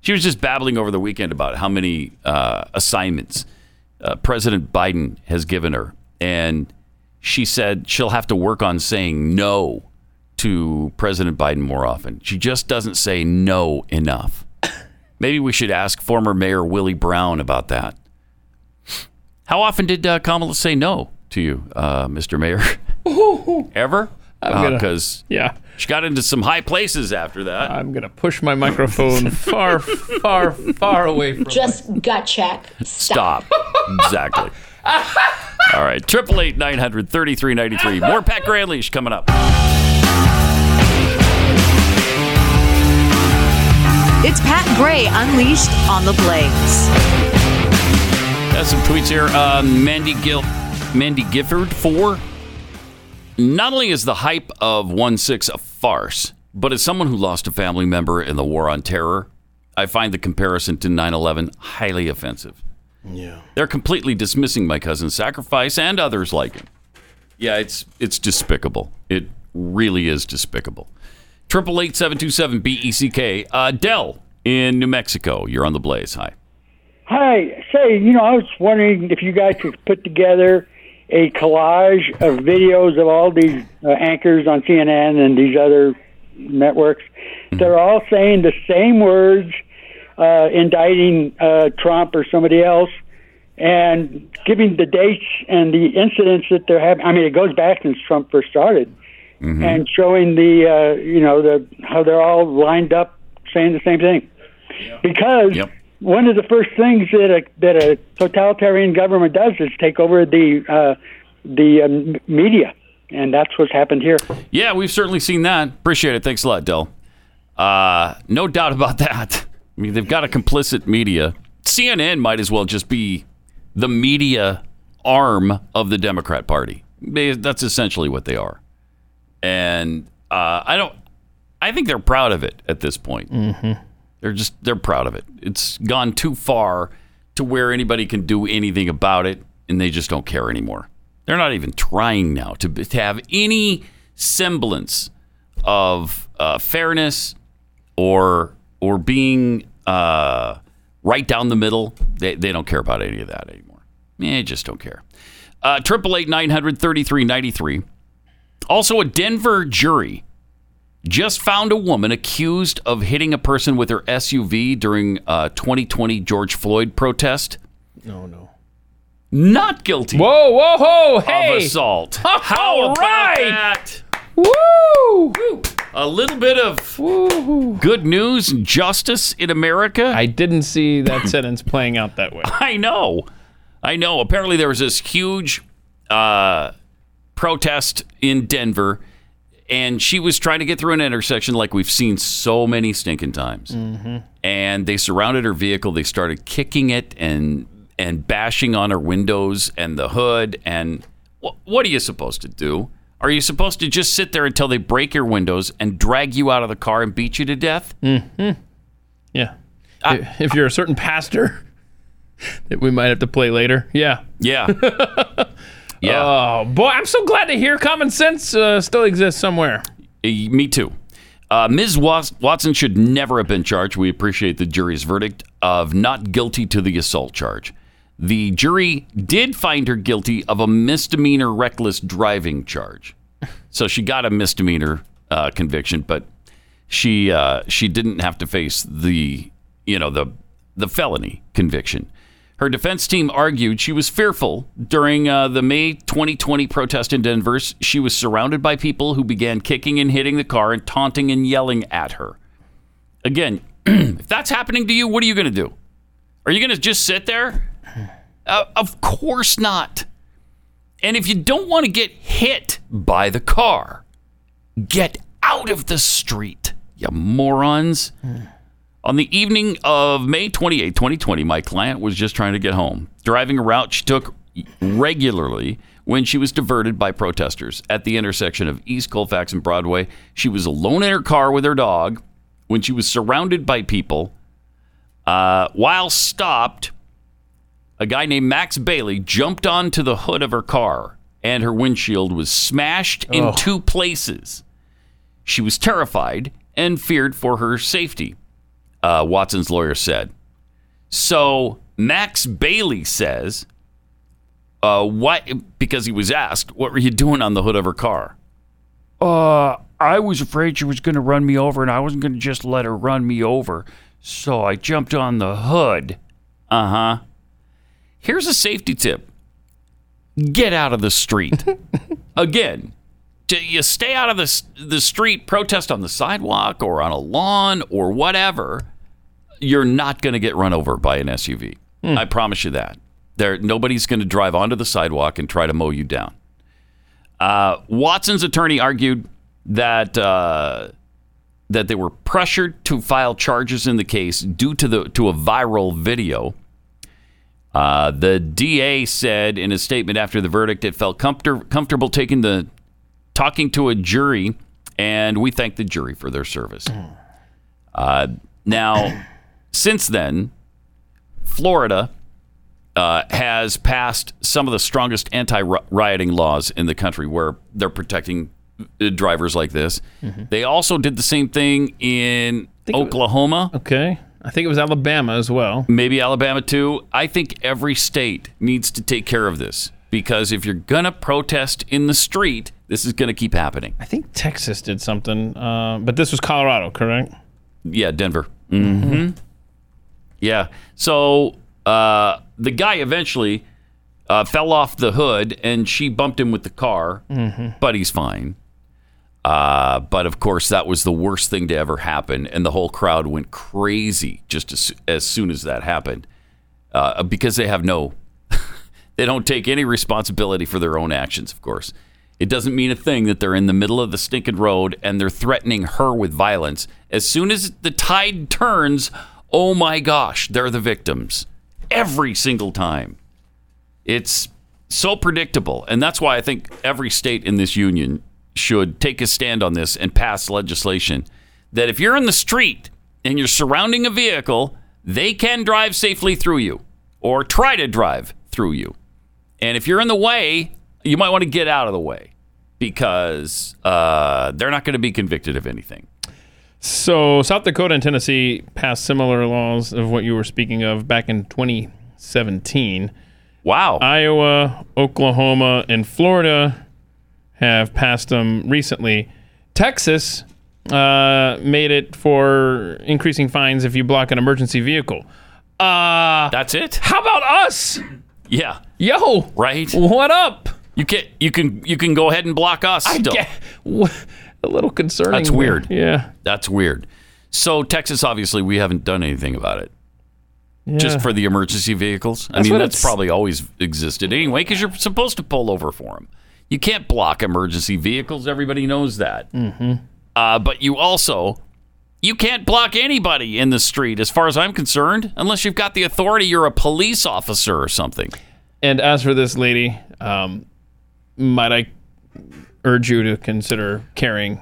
S2: She was just babbling over the weekend about how many uh, assignments uh, President Biden has given her. And she said she'll have to work on saying no to President Biden more often. She just doesn't say no enough. <coughs> Maybe we should ask former Mayor Willie Brown about that. How often did uh, Kamala say no to you, uh, Mr. Mayor?
S3: <laughs>
S2: Ever? Uh,
S3: I'm gonna-
S2: Because
S3: yeah,
S2: she got into some high places after that.
S3: I'm gonna push
S2: <laughs>
S3: my microphone far, far, far away from.
S20: Just gut check.
S2: Stop. exactly. All right. Triple eight nine hundred thirty three ninety three. More Pat Gray Unleashed coming up.
S21: It's Pat Gray Unleashed on the Blaze.
S2: Got some tweets here. Uh, Mandy Gil, Mandy Gifford four. Not only is the hype of one six a farce, but as someone who lost a family member in the war on terror, I find the comparison to 9-11 highly offensive.
S22: Yeah.
S2: They're completely dismissing my cousin's sacrifice and others like him. Yeah, it's it's despicable. It really is despicable. Triple eight seven two seven B E C K. Uh, Dell in New Mexico. You're on the blaze. Hi.
S23: Hi, say, you know, I was wondering if you guys could put together a collage of videos of all these uh, anchors on CNN and these other networks that are all saying the same words, uh, indicting uh, Trump or somebody else, and giving the dates and the incidents that they're having. I mean, it goes back since Trump first started, and showing the, uh, you know, the how they're all lined up saying the same thing. Because one of the first things that a that a totalitarian government does is take over the uh, the um, media, and that's what's happened here.
S2: Yeah, we've certainly seen that. Appreciate it. Thanks a lot, Dell. Uh, no doubt about that. I mean, they've got a complicit media. CNN might as well just be the media arm of the Democrat Party. They- That's essentially what they are. And uh, I don't. I think they're proud of it at this point.
S3: Mm-hmm.
S2: They're just they're proud of it. It's gone too far to where anybody can do anything about it, and they just don't care anymore. They're not even trying now to, to have any semblance of uh, fairness or or being uh, right down the middle. They they don't care about any of that anymore. They just don't care. Uh, Triple eight nine hundred thirty three ninety three. Also, a Denver jury just found a woman accused of hitting a person with her SUV during a 2020 George Floyd protest.
S3: No, no.
S2: Not guilty.
S3: Whoa, whoa, whoa! Hey,
S2: Of assault. How
S3: All
S2: about
S3: right.
S2: that? Woo! A little bit of good news and justice in America. I
S3: didn't see that sentence playing out that way.
S2: I know. I know. Apparently, there was this huge uh, protest in Denver, and she was trying to get through an intersection like we've seen so many stinking times. And they surrounded her vehicle. They started kicking it and and bashing on her windows and the hood. And wh- what are you supposed to do? Are you supposed to just sit there until they break your windows and drag you out of the car and beat you to death?
S3: Mm-hmm. Yeah. If- if you're a certain pastor <laughs> that we might have to play later. Yeah.
S2: Yeah. <laughs> Yeah.
S3: Oh, boy. I'm so glad to hear common sense uh, still exists somewhere.
S2: Eh, Me too. Uh, Ms. Wat- Watson should never have been charged. We appreciate the jury's verdict of not guilty to the assault charge. The jury did find her guilty of a misdemeanor reckless driving charge, so she got a misdemeanor uh, conviction, but she uh, she didn't have to face the you know the the felony conviction. Her defense team argued she was fearful during uh, the May 2020 protest in Denver. She was surrounded by people who began kicking and hitting the car and taunting and yelling at her. Again, <clears throat> if that's happening to you, what are you going to do? Are you going to just sit there? Uh, of course not. And if you don't want to get hit by the car, get out of the street, you morons. On the evening of May 28, 2020, my client was just trying to get home, driving a route she took regularly when she was diverted by protesters at the intersection of East Colfax and Broadway. She was alone in her car with her dog when she was surrounded by people. Uh, while stopped, a guy named Max Bailey jumped onto the hood of her car, and her windshield was smashed in
S3: Oh.
S2: two places. She was terrified and feared for her safety, uh, Watson's lawyer said. So Max Bailey says, uh, "Why?" Because he was asked, "What were you doing on the hood of her car?"
S3: Uh,
S1: I was afraid she was going to run me over, and I wasn't going to just let her run me over. So I jumped on the hood.
S2: Uh huh. Here's a safety tip get out of
S1: <laughs>
S2: the street. Again, t- you stay out of the, s- the street, protest on the sidewalk or on a lawn or whatever. You're not going to get run over by an SUV. I promise you that. There, nobody's going to drive onto the sidewalk and try to mow you down. Uh, Watson's attorney argued that uh, that they were pressured to file charges in the case due to the to a viral video. Uh, the DA said in a statement after the verdict, it felt comfort- comfortable taking the talking to a jury, and we thank the jury for their service. Uh, now, since then, Florida uh, has passed some of the strongest anti-rioting laws in the country, where they're protecting uh, drivers like this. They also did the same thing in Oklahoma.
S3: Okay. I think it was Alabama as well.
S2: Maybe Alabama too. I think every state needs to take care of this because if you're going to protest in the street, this is going to keep happening.
S3: I think Texas did something, uh, but this was Colorado, correct?
S2: Yeah, Denver. hmm Yeah. So uh, the guy eventually uh, fell off the hood and she bumped him with the car,
S3: Mhm.
S2: but he's fine. Uh, but of course, that was the worst thing to ever happen, and the whole crowd went crazy just as, as soon as that happened uh, because they have no, they don't take any responsibility for their own actions. Of course, it doesn't mean a thing that they're in the middle of the stinking road and they're threatening her with violence. As soon as the tide turns, oh my gosh, they're the victims every single time. It's so predictable. And that's why I think every state in this union should take a stand on this and pass legislation that if you're in the street and you're surrounding a vehicle, they can drive safely through you or try to drive through you. And if you're in the way, you might want to get out of the way because uh, they're not going to be convicted of anything.
S3: So South Dakota and Tennessee passed similar laws of what you were speaking of back in 2017.
S2: Wow.
S3: Uh, Iowa, Oklahoma, and Florida have passed them recently. Texas uh, made it for increasing fines if you block an emergency vehicle. Uh,
S2: That's it.
S3: How about us?
S2: Yeah.
S3: Yo.
S2: Right.
S3: What up?
S2: You can you can you can go ahead and block us.
S3: I
S2: still.
S3: get- wha- a little concerning.
S2: That's
S3: there.
S2: weird.
S3: Yeah.
S2: That's weird. So Texas, obviously, we haven't done anything about it.
S3: Yeah.
S2: Just for the emergency vehicles. I
S3: That's
S2: mean,
S3: what
S2: that's
S3: it's-
S2: probably always existed anyway, because you're supposed to pull over for them. You can't block emergency vehicles. Everybody knows that.
S6: Mm-hmm.
S2: Uh, but you also you can't block anybody in the street, as far as I'm concerned, unless you've got the authority. You're a police officer or something.
S3: And as for this lady, um, might I urge you to consider carrying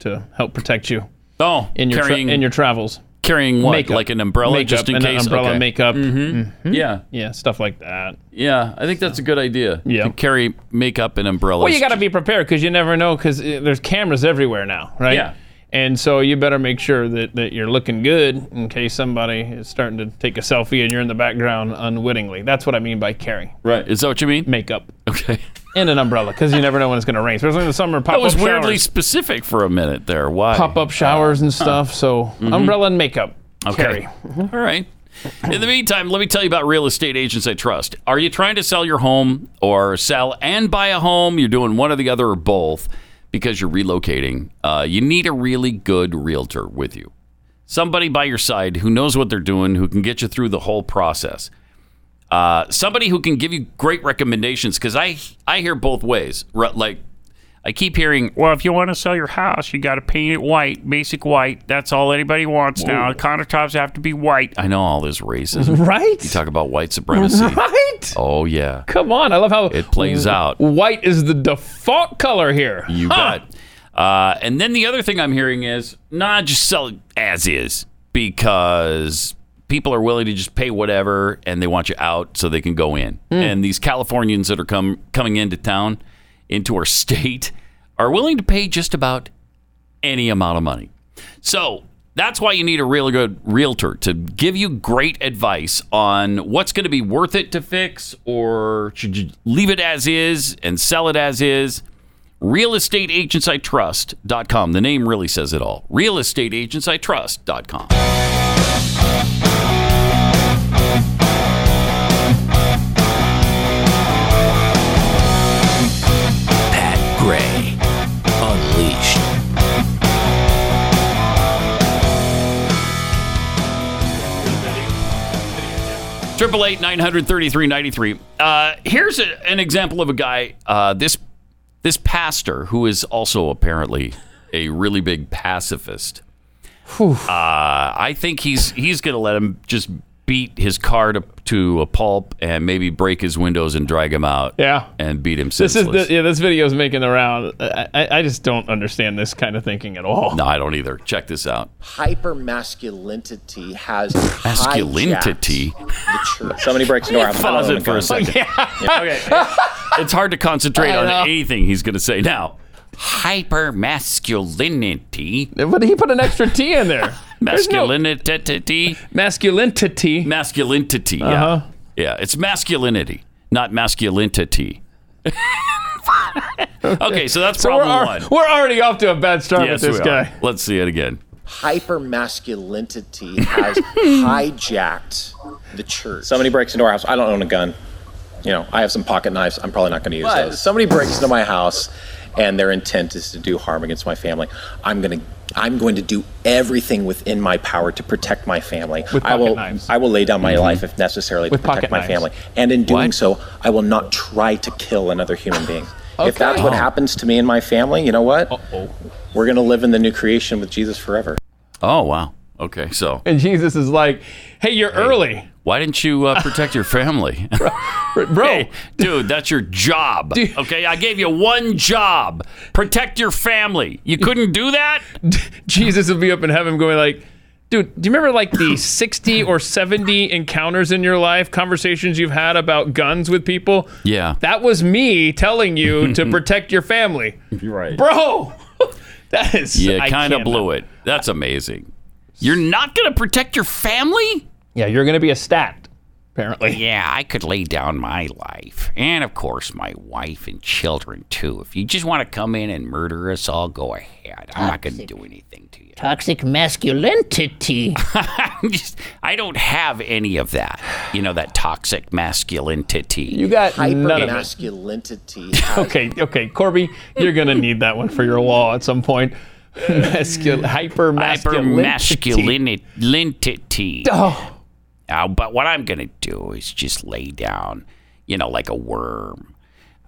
S3: to help protect you?
S2: Oh,
S3: in your tra-
S2: carrying-
S3: in your travels,
S2: carrying what? Like an umbrella,
S3: Makeup
S2: just in
S3: and an
S2: case?
S3: umbrella
S2: Okay.
S3: makeup,
S2: Mhm. Yeah.
S3: yeah, stuff like that.
S2: Yeah, I think that's a good idea. Yeah, carry makeup and umbrellas.
S3: Well, you got to be prepared because you never know because there's cameras everywhere now, right?
S2: Yeah.
S3: And so you better make sure that, that you're looking good in case somebody is starting to take a selfie and you're in the background unwittingly. That's what I mean by carrying.
S2: Right. Is that what you mean?
S3: Makeup.
S2: Okay.
S3: And an umbrella because you never know when it's going to rain, especially in the summer. Pop
S2: that was
S3: up
S2: weirdly
S3: showers.
S2: specific for a minute there. Why?
S3: Pop up showers and stuff. So
S2: Mhm.
S3: umbrella and makeup.
S2: Okay.
S3: Carry.
S2: All right. In the meantime, let me tell you about real estate agents I trust. Are you trying to sell your home or sell and buy a home? You're doing one or the other or both because you're relocating. Uh, you need a really good realtor with you. Somebody by your side who knows what they're doing, who can get you through the whole process. Uh, somebody who can give you great recommendations because I I hear both ways. Ru- Like I keep hearing, well, if you want to sell your house, you got to paint it white, basic white. That's all anybody wants now. Countertops have to be white. I know all this
S3: <laughs>
S2: racism,
S3: Right?
S2: You talk about white
S3: <laughs>
S2: supremacy,
S3: Right?
S2: Oh yeah,
S3: Come on. I love how
S2: it plays out.
S3: White is the default color here.
S2: You
S3: Huh.
S2: bet. Uh, and then the other thing I'm hearing is, nah, just sell it as is because people are willing to just pay whatever and they want you out so they can go in. And these Californians that are come coming into town, into our <laughs> state, are willing to pay just about any amount of money. So that's why you need a really good realtor to give you great advice on what's going to be worth it to fix or should you leave it as is and sell it as is. realestateagentsitrust.com. The name really says it all. realestateagentsitrust.com.
S14: Pat Gray Unleashed.
S2: Triple eight nine hundred thirty three ninety three. Here's a, an example of a guy. Uh, this this pastor who is also apparently a really big pacifist. Uh, I think he's he's going to let him just beat his car to, to a pulp and maybe break his windows and drag him out.
S3: Yeah.
S2: and beat him
S3: This is
S2: senseless.
S3: the, yeah. This video is making the round. I, I, I just don't understand this kind of thinking at all.
S2: no, I don't either. Check this out.
S4: Hyper masculinity has
S2: Masculinity.
S4: hijacked the church. Somebody breaks
S2: into our house. Pause it for a
S3: <laughs>
S2: second.
S4: okay.
S2: It's hard to concentrate
S4: I
S2: on
S4: know.
S2: anything he's going to say now. Hyper masculinity.
S3: But he put an extra T in there. There's no-
S2: Masculinity. Masculinity. Masculinity. Yeah.
S3: Uh-huh.
S2: Yeah. It's masculinity, not
S3: <laughs>
S2: masculinity. okay, so that's problem
S3: we're, al-
S2: one.
S3: We're already off to a bad start
S2: Yes,
S3: with this
S2: we are.
S3: guy.
S2: Let's see it again.
S4: Hyper masculinity has hijacked the church. Somebody breaks into our house. I don't own a gun. You know, I have some pocket knives. I'm probably not going to use
S20: But-
S4: those. Somebody breaks into my house and their intent is to do harm against my family. I'm going to I'm going to do everything within my power to protect my family. With I pocket will knives. I will lay down my Mhm. life if necessary With to protect pocket my knives. family. And in doing so, I will not try to kill another human being. If that's what
S2: Okay.
S4: happens to me and my family, you know what? Uh-oh. We're going to live in the new creation with Jesus forever.
S2: Oh, wow. Okay, so
S3: And Jesus is like, "Hey, you're early,
S2: why didn't you uh, protect your family? <laughs>
S3: bro." <laughs>
S2: dude, that's your job. Okay, I gave you one job protect your family. You couldn't do that?
S3: Jesus will be up in heaven going like, dude, do you remember
S4: <laughs>
S3: like the 60 or 70 encounters in your life, conversations you've had about guns with people?
S2: Yeah.
S3: That was me
S2: <laughs>
S3: telling you to protect your family.
S2: You're right.
S3: Bro, <laughs> that is.
S2: You
S3: I
S2: kind of
S3: can't-
S2: blew it. That's amazing. You're not going to protect your family?
S3: Yeah, you're going to be a stat, apparently.
S2: Yeah, I could lay down my life. And of course, my wife and children, too. If you just want to come in and murder us all, go ahead. I'm not going to do anything to you.
S22: Toxic
S2: <laughs>
S22: masculinity.
S2: I don't have any of that. You know, that toxic masculinity. You
S3: got none
S4: Hyper
S3: of it.
S4: masculinity.
S3: <laughs> Okay, okay, Corby, you're going to need that one for your wall at some point. Mascul- hyper
S2: masculinity. Masculinity.
S3: <laughs> Oh.
S2: Uh, but what I'm going to do is just lay down, you know, like a worm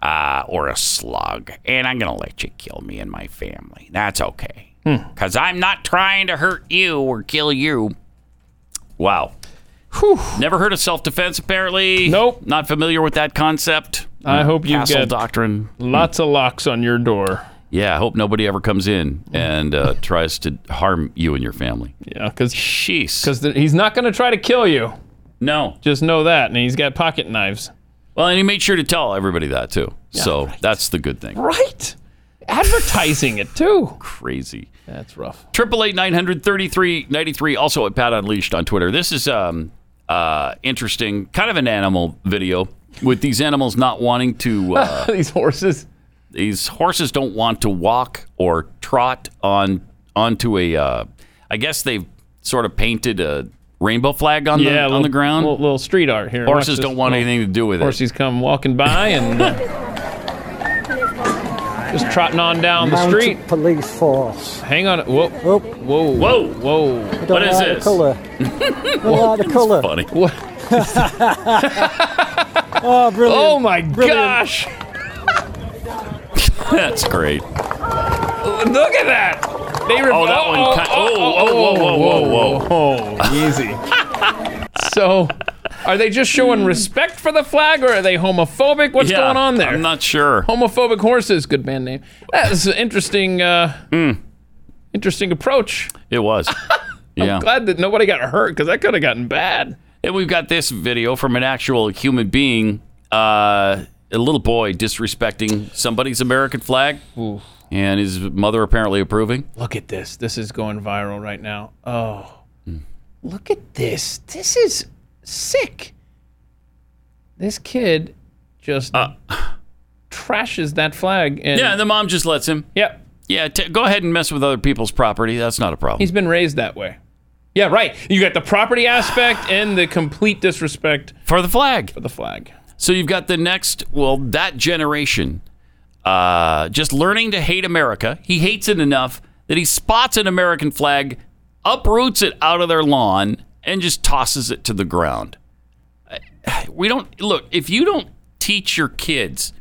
S2: uh, or a slug, and I'm going to let you kill me and my family. That's okay.
S3: Hmm.
S2: Because I'm not trying to hurt you or kill you. Wow. Never heard of self defense, apparently. Nope. Not familiar with that concept.
S3: I hope Uh, you
S2: Castle
S3: get
S2: doctrine.
S3: Lots of locks on your door.
S2: Yeah, I hope nobody ever comes in and uh, tries to harm you and your family.
S3: Mm. Yeah, because
S2: sheesh,
S3: because he's not going to try to kill you.
S2: No,
S3: just know that, and he's got pocket knives.
S2: Well, and he made sure to tell everybody that too. so that's the good thing.
S3: Right, advertising it too.
S2: Crazy.
S3: That's rough.
S2: Triple eight nine hundred thirty three ninety three. Also at Pat Unleashed on Twitter. This is um uh interesting, kind of an animal video with these animals not wanting
S24: <laughs>
S2: to. Uh,
S3: <laughs> These horses.
S2: these horses don't want to walk or trot on onto a. Uh, I guess they've sort of painted a rainbow flag on the
S3: yeah,
S2: on
S3: little,
S2: the ground.
S3: Little, little street art here.
S2: Horses don't want anything to do with it.
S3: Horses come walking by and uh, just trotting on down the
S24: Mounted
S3: street.
S24: Police force.
S3: Hang on. Whoa. Whoa. Whoa. Whoa.
S24: I don't like The
S2: <laughs>
S24: color. I don't like the color.
S2: Funny. <laughs>
S24: Oh, brilliant.
S3: Oh my
S24: Brilliant.
S3: gosh.
S2: That's great.
S3: Look at that. They were.
S2: Oh, that one
S3: oh,
S2: cut-
S3: oh,
S2: oh, whoa, whoa, whoa,
S3: whoa, whoa. Easy. so, are they just showing respect for the flag, or are they homophobic? What's
S2: Yeah,
S3: going on there?
S2: I'm not sure.
S3: Homophobic horses, good band name. That's an interesting, uh,
S2: Hmm.
S3: interesting approach.
S2: It was. yeah.
S3: <laughs> I'm glad that nobody got hurt because that could have gotten bad.
S2: And we've got this video from an actual human being, uh, a little boy disrespecting somebody's American flag, and his mother apparently approving.
S3: Look at this. This is going viral right now. Oh, look at this. This is Uh. sick. This kid just trashes that flag. And
S2: yeah, the mom just lets him.
S3: Yep.
S2: Yeah, t- go ahead and mess with other people's property. That's not a problem.
S3: He's been raised that way. Yeah, right. You got the property <sighs> aspect and the complete disrespect
S2: for the flag.
S3: For the flag.
S2: So you've got the next, well, that generation uh, just learning to hate America. He hates it enough that he spots an American flag, uproots it out of their lawn, and just tosses it to the ground. <sighs> We don't look, if you don't teach your kids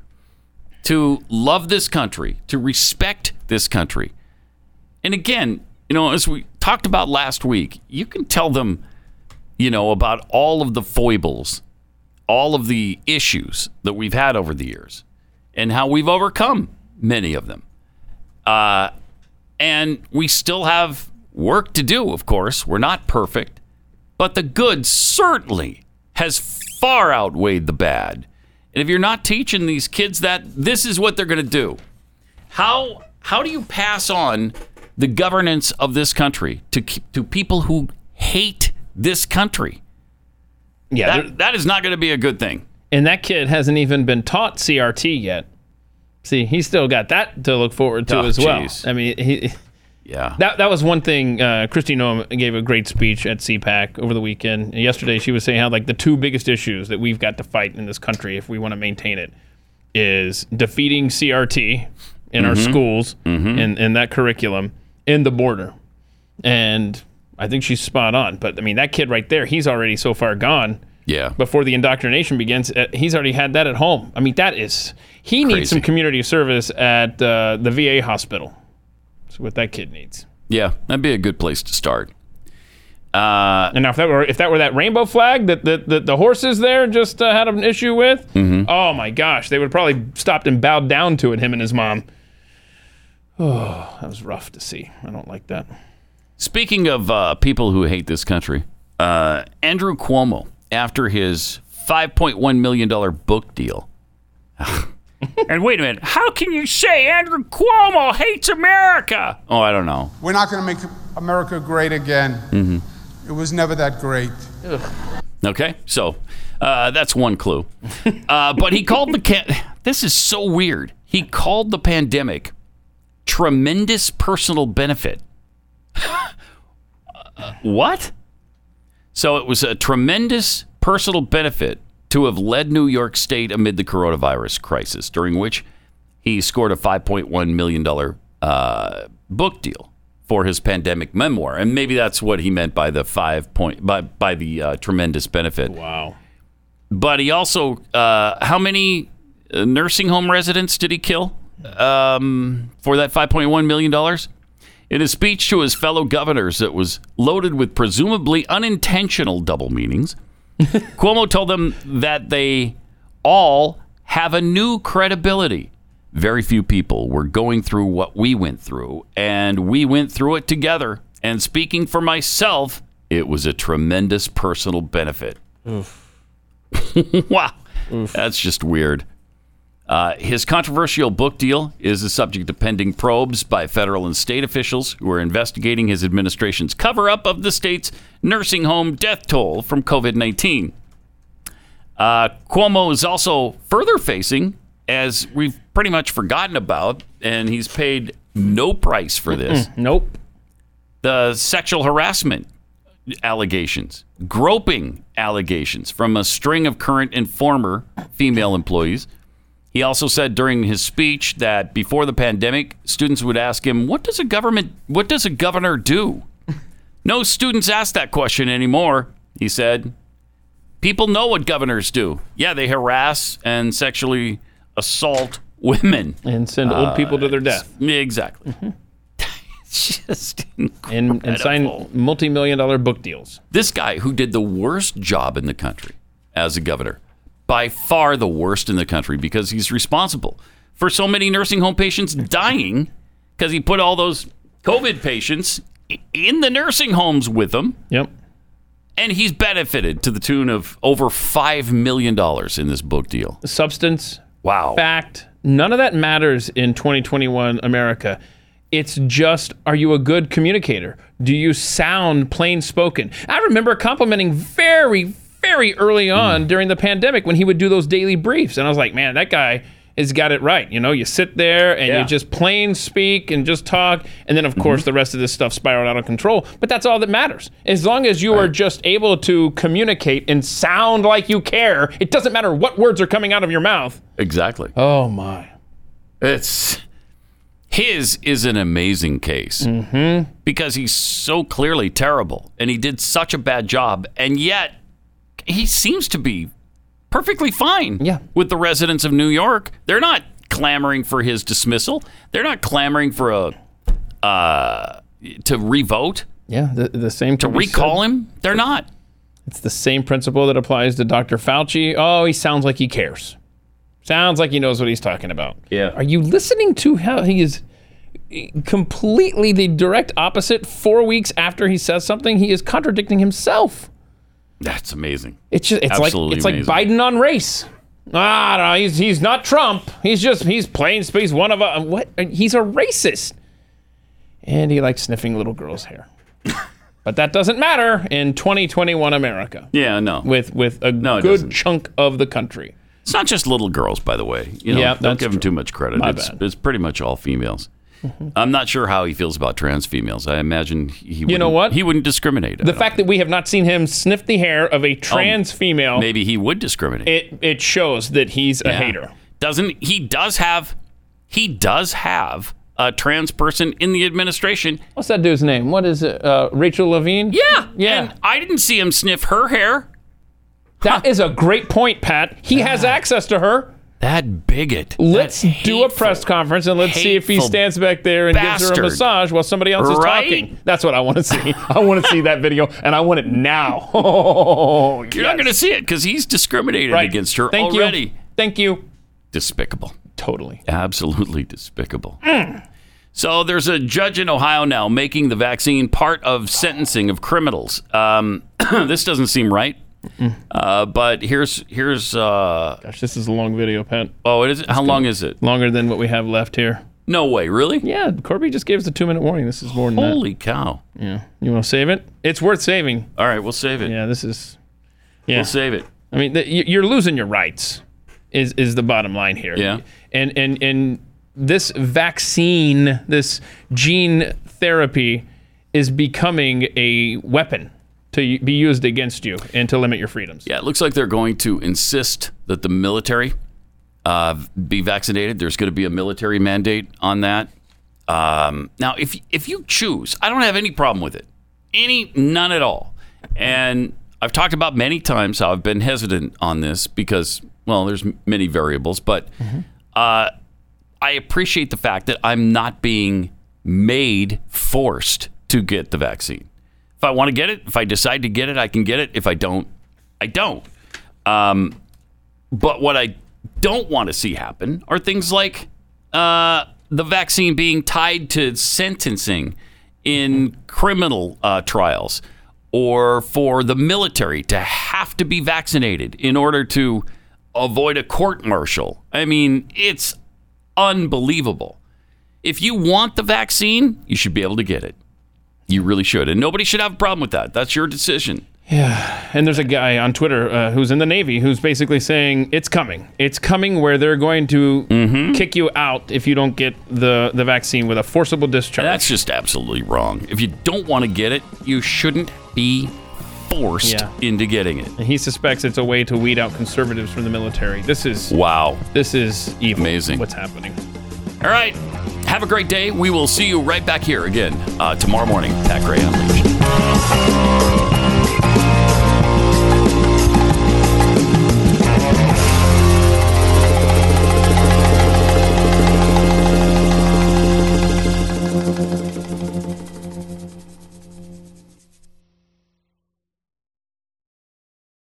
S2: to love this country, to respect this country, and again, you know, as we talked about last week, you can tell them, you know, about all of the foibles, all of the issues that we've had over the years, and how we've overcome many of them. Uh, and we still have work to do, of course. We're not perfect, but the good certainly has far outweighed the bad. And if you're not teaching these kids that, this is what they're going to do. How how do you pass on the governance of this country to to people who hate this country.
S3: Yeah,
S2: that, that is not going to be a good thing.
S3: And that kid hasn't even been taught CRT yet. See, he's still got that to look forward to
S2: Oh,
S3: as well.
S2: geez.
S3: I mean, he,
S2: yeah,
S3: that that was one thing. Uh, Christy Noam gave a great speech at CPAC over the weekend. And Yesterday, she was saying how like the two biggest issues that we've got to fight in this country if we want to maintain it is defeating CRT in our
S2: Mhm.
S3: schools
S2: Mhm.
S3: and and that curriculum and the border. And I think she's spot on. But I mean, that kid right there, he's already so far gone.
S2: Yeah.
S3: Before the indoctrination begins, uh, he's already had that at home. I mean, that is he needs some community service at uh, the VA hospital. That's what that kid needs.
S2: Yeah, that'd be a good place to start. Uh,
S3: and now, if that were if that were that rainbow flag that the, the, the horses there just uh, had an issue with,
S2: Mhm.
S3: oh my gosh, they would probably stopped and bowed down to it. Him and his mom. <sighs> Oh, that was rough to see. I don't like that.
S2: Speaking of uh, people who hate this country, uh, Andrew Cuomo, after his $5.1 million book deal, <laughs> and wait a minute, how can you say Andrew Cuomo hates America? oh, I don't know.
S5: We're not going to make America great again.
S2: hmm
S5: It was never that great.
S2: Okay, so uh, that's one clue. Uh, but he called the ca- this is so weird. He called the pandemic tremendous personal benefit. <laughs> Uh, what? So it was a tremendous personal benefit to have led New York State amid the coronavirus crisis, during which he scored a $5.1 million uh, book deal for his pandemic memoir. And maybe that's what he meant by the five point by by the uh, tremendous benefit.
S3: Wow.
S2: But he also, uh, how many uh, nursing home residents did he kill um, for that $5.1 million? In a speech to his fellow governors that was loaded with presumably unintentional double meanings, Cuomo told them that they all have a new credibility. Very few people were going through what we went through, and we went through it together. And speaking for myself, it was a tremendous personal benefit. <laughs> wow. That's just weird. Uh, his controversial book deal is the subject of pending probes by federal and state officials who are investigating his administration's cover up of the state's nursing home death toll from COVID 19. Uh, Cuomo is also further facing, as we've pretty much forgotten about, and he's paid no price for this.
S3: Mm-mm, nope.
S2: The sexual harassment allegations, groping allegations from a string of current and former female employees. He also said during his speech that before the pandemic, students would ask him, "What does a government what does a governor do?" no students ask that question anymore, he said. People know what governors do. Yeah, they harass and sexually assault women <laughs>
S3: and send old people to their death.
S2: Exactly. <laughs> Just
S3: and, and sign multi-million dollar book deals.
S2: This guy who did the worst job in the country as a governor, by far the worst in the country because he's responsible for so many nursing home patients dying because he put all those COVID patients i- in the nursing homes with them.
S3: Yep.
S2: And he's benefited to the tune of over $5 million in this book deal.
S3: Substance.
S2: Wow.
S3: Fact. None of that matters in 2021 America. It's just, are you a good communicator? Do you sound plain spoken? I remember complimenting very, very early on during the pandemic when he would do those daily briefs. And I was like, man, that guy has got it right. You know, you sit there and you just plain speak and just talk, and then of course the rest of this stuff spiraled out of control. But that's all that matters. As long as you are just able to communicate and sound like you care, it doesn't matter what words are coming out of your mouth.
S2: Exactly.
S3: Oh my.
S2: It's his is an amazing case because he's so clearly terrible and he did such a bad job, and yet he seems to be perfectly fine yeah. with the residents of New York. They're not clamoring for his dismissal. They're not clamoring for a uh, to revote
S3: Yeah, the, the same
S2: to
S3: can be said.
S2: recall him. They're not.
S3: It's the same principle that applies to Dr. Fauci. Oh, he sounds like he cares. Sounds like he knows what he's talking about.
S2: Yeah.
S3: Are you listening to how he is completely the direct opposite? Four weeks after he says something, he is contradicting himself.
S2: That's amazing.
S3: It's just it's
S2: Absolutely
S3: like it's like
S2: amazing.
S3: Biden on race. Ah, no, he's he's not Trump. He's just he's plain speak. He's one of a what? He's a racist, and he likes sniffing little girls' hair. <coughs> but that doesn't matter in 2021 America.
S2: Yeah, no.
S3: With with a
S2: it
S3: good
S2: doesn't.
S3: chunk of the country.
S2: It's not just little girls, by the way. You know,
S3: Yeah,
S2: don't
S3: that's
S2: give them too much credit.
S3: My
S2: it's,
S3: bad.
S2: it's pretty much all females. I'm not sure how he feels about trans females. I imagine he
S3: You know
S2: wouldn't-
S3: what?
S2: he wouldn't discriminate.
S3: The fact that we have not seen him sniff the hair of a trans female,
S2: Oh, Maybe he would discriminate.
S3: it it shows that he's a
S2: Yeah.
S3: hater.
S2: Doesn't he does have he does have a trans person in the administration?
S3: What's that dude's name? What is it? Uh, Rachel Levine?
S2: Yeah, yeah. And I didn't see him sniff her hair.
S3: That is a great point, Pat. He has access to her.
S2: That bigot.
S3: Let's do a press conference and let's see if he
S2: hateful
S3: stands back there and gives her
S2: bastard.
S3: a massage while somebody else is
S2: Right?
S3: talking. That's what I want to <laughs> see. I want to see that video, and I want it now. <laughs> Oh,
S2: You're not going to see it because he's discriminated
S3: Right.
S2: against her
S3: Thank you.
S2: already.
S3: Thank you.
S2: Despicable.
S3: Totally.
S2: Absolutely despicable. So there's a judge in Ohio now making the vaccine part of sentencing of criminals. Um, <clears throat> this doesn't seem right. Uh, but here's here's uh,
S3: gosh, this is a long video, Pat.
S2: Oh, it is. How long is it?
S3: Longer than what we have left here.
S2: No way, really?
S3: Yeah, Corby just gave us a two-minute warning. This is more than that.
S2: Holy cow!
S3: Yeah, you want to save it? It's worth saving.
S2: All right, we'll save it.
S3: Yeah, this is. Yeah,
S2: We'll save it.
S3: I mean, the, you- you're losing your rights. Is is the bottom line here?
S2: Yeah.
S3: And and and this vaccine, this gene therapy, is becoming a weapon to y- be used against you and to limit your freedoms.
S2: Yeah, it looks like they're going to insist that the military uh, be vaccinated. There's going to be a military mandate on that. Um, now, if if you choose, I don't have any problem with it, any none at all. And I've talked about many times how I've been hesitant on this because well, there's m- many variables, but uh, I appreciate the fact that I'm not being made forced to get the vaccine. If I want to get it, if I decide to get it, I can get it. If I don't, I don't. Um, but what I don't want to see happen are things like uh, the vaccine being tied to sentencing in criminal uh, trials or for the military to have to be vaccinated in order to avoid a court martial. I mean, it's unbelievable. If you want the vaccine, you should be able to get it. You really should. And nobody should have a problem with that. That's your decision.
S3: Yeah, and there's a guy on Twitter uh, who's in the Navy who's basically saying it's coming. It's coming where they're going to
S2: Mm-hmm.
S3: kick you out if you don't get the, the vaccine with a forcible discharge.
S2: That's just absolutely wrong. If you don't want to get it, you shouldn't be forced
S3: Yeah.
S2: into getting it.
S3: And he suspects it's a way to weed out conservatives from the military. This is
S2: Wow.
S3: This is evil.
S2: Amazing.
S3: What's happening?
S2: All right. Have a great day. We will see you right back here again uh, tomorrow morning. Pat Gray Unleashed.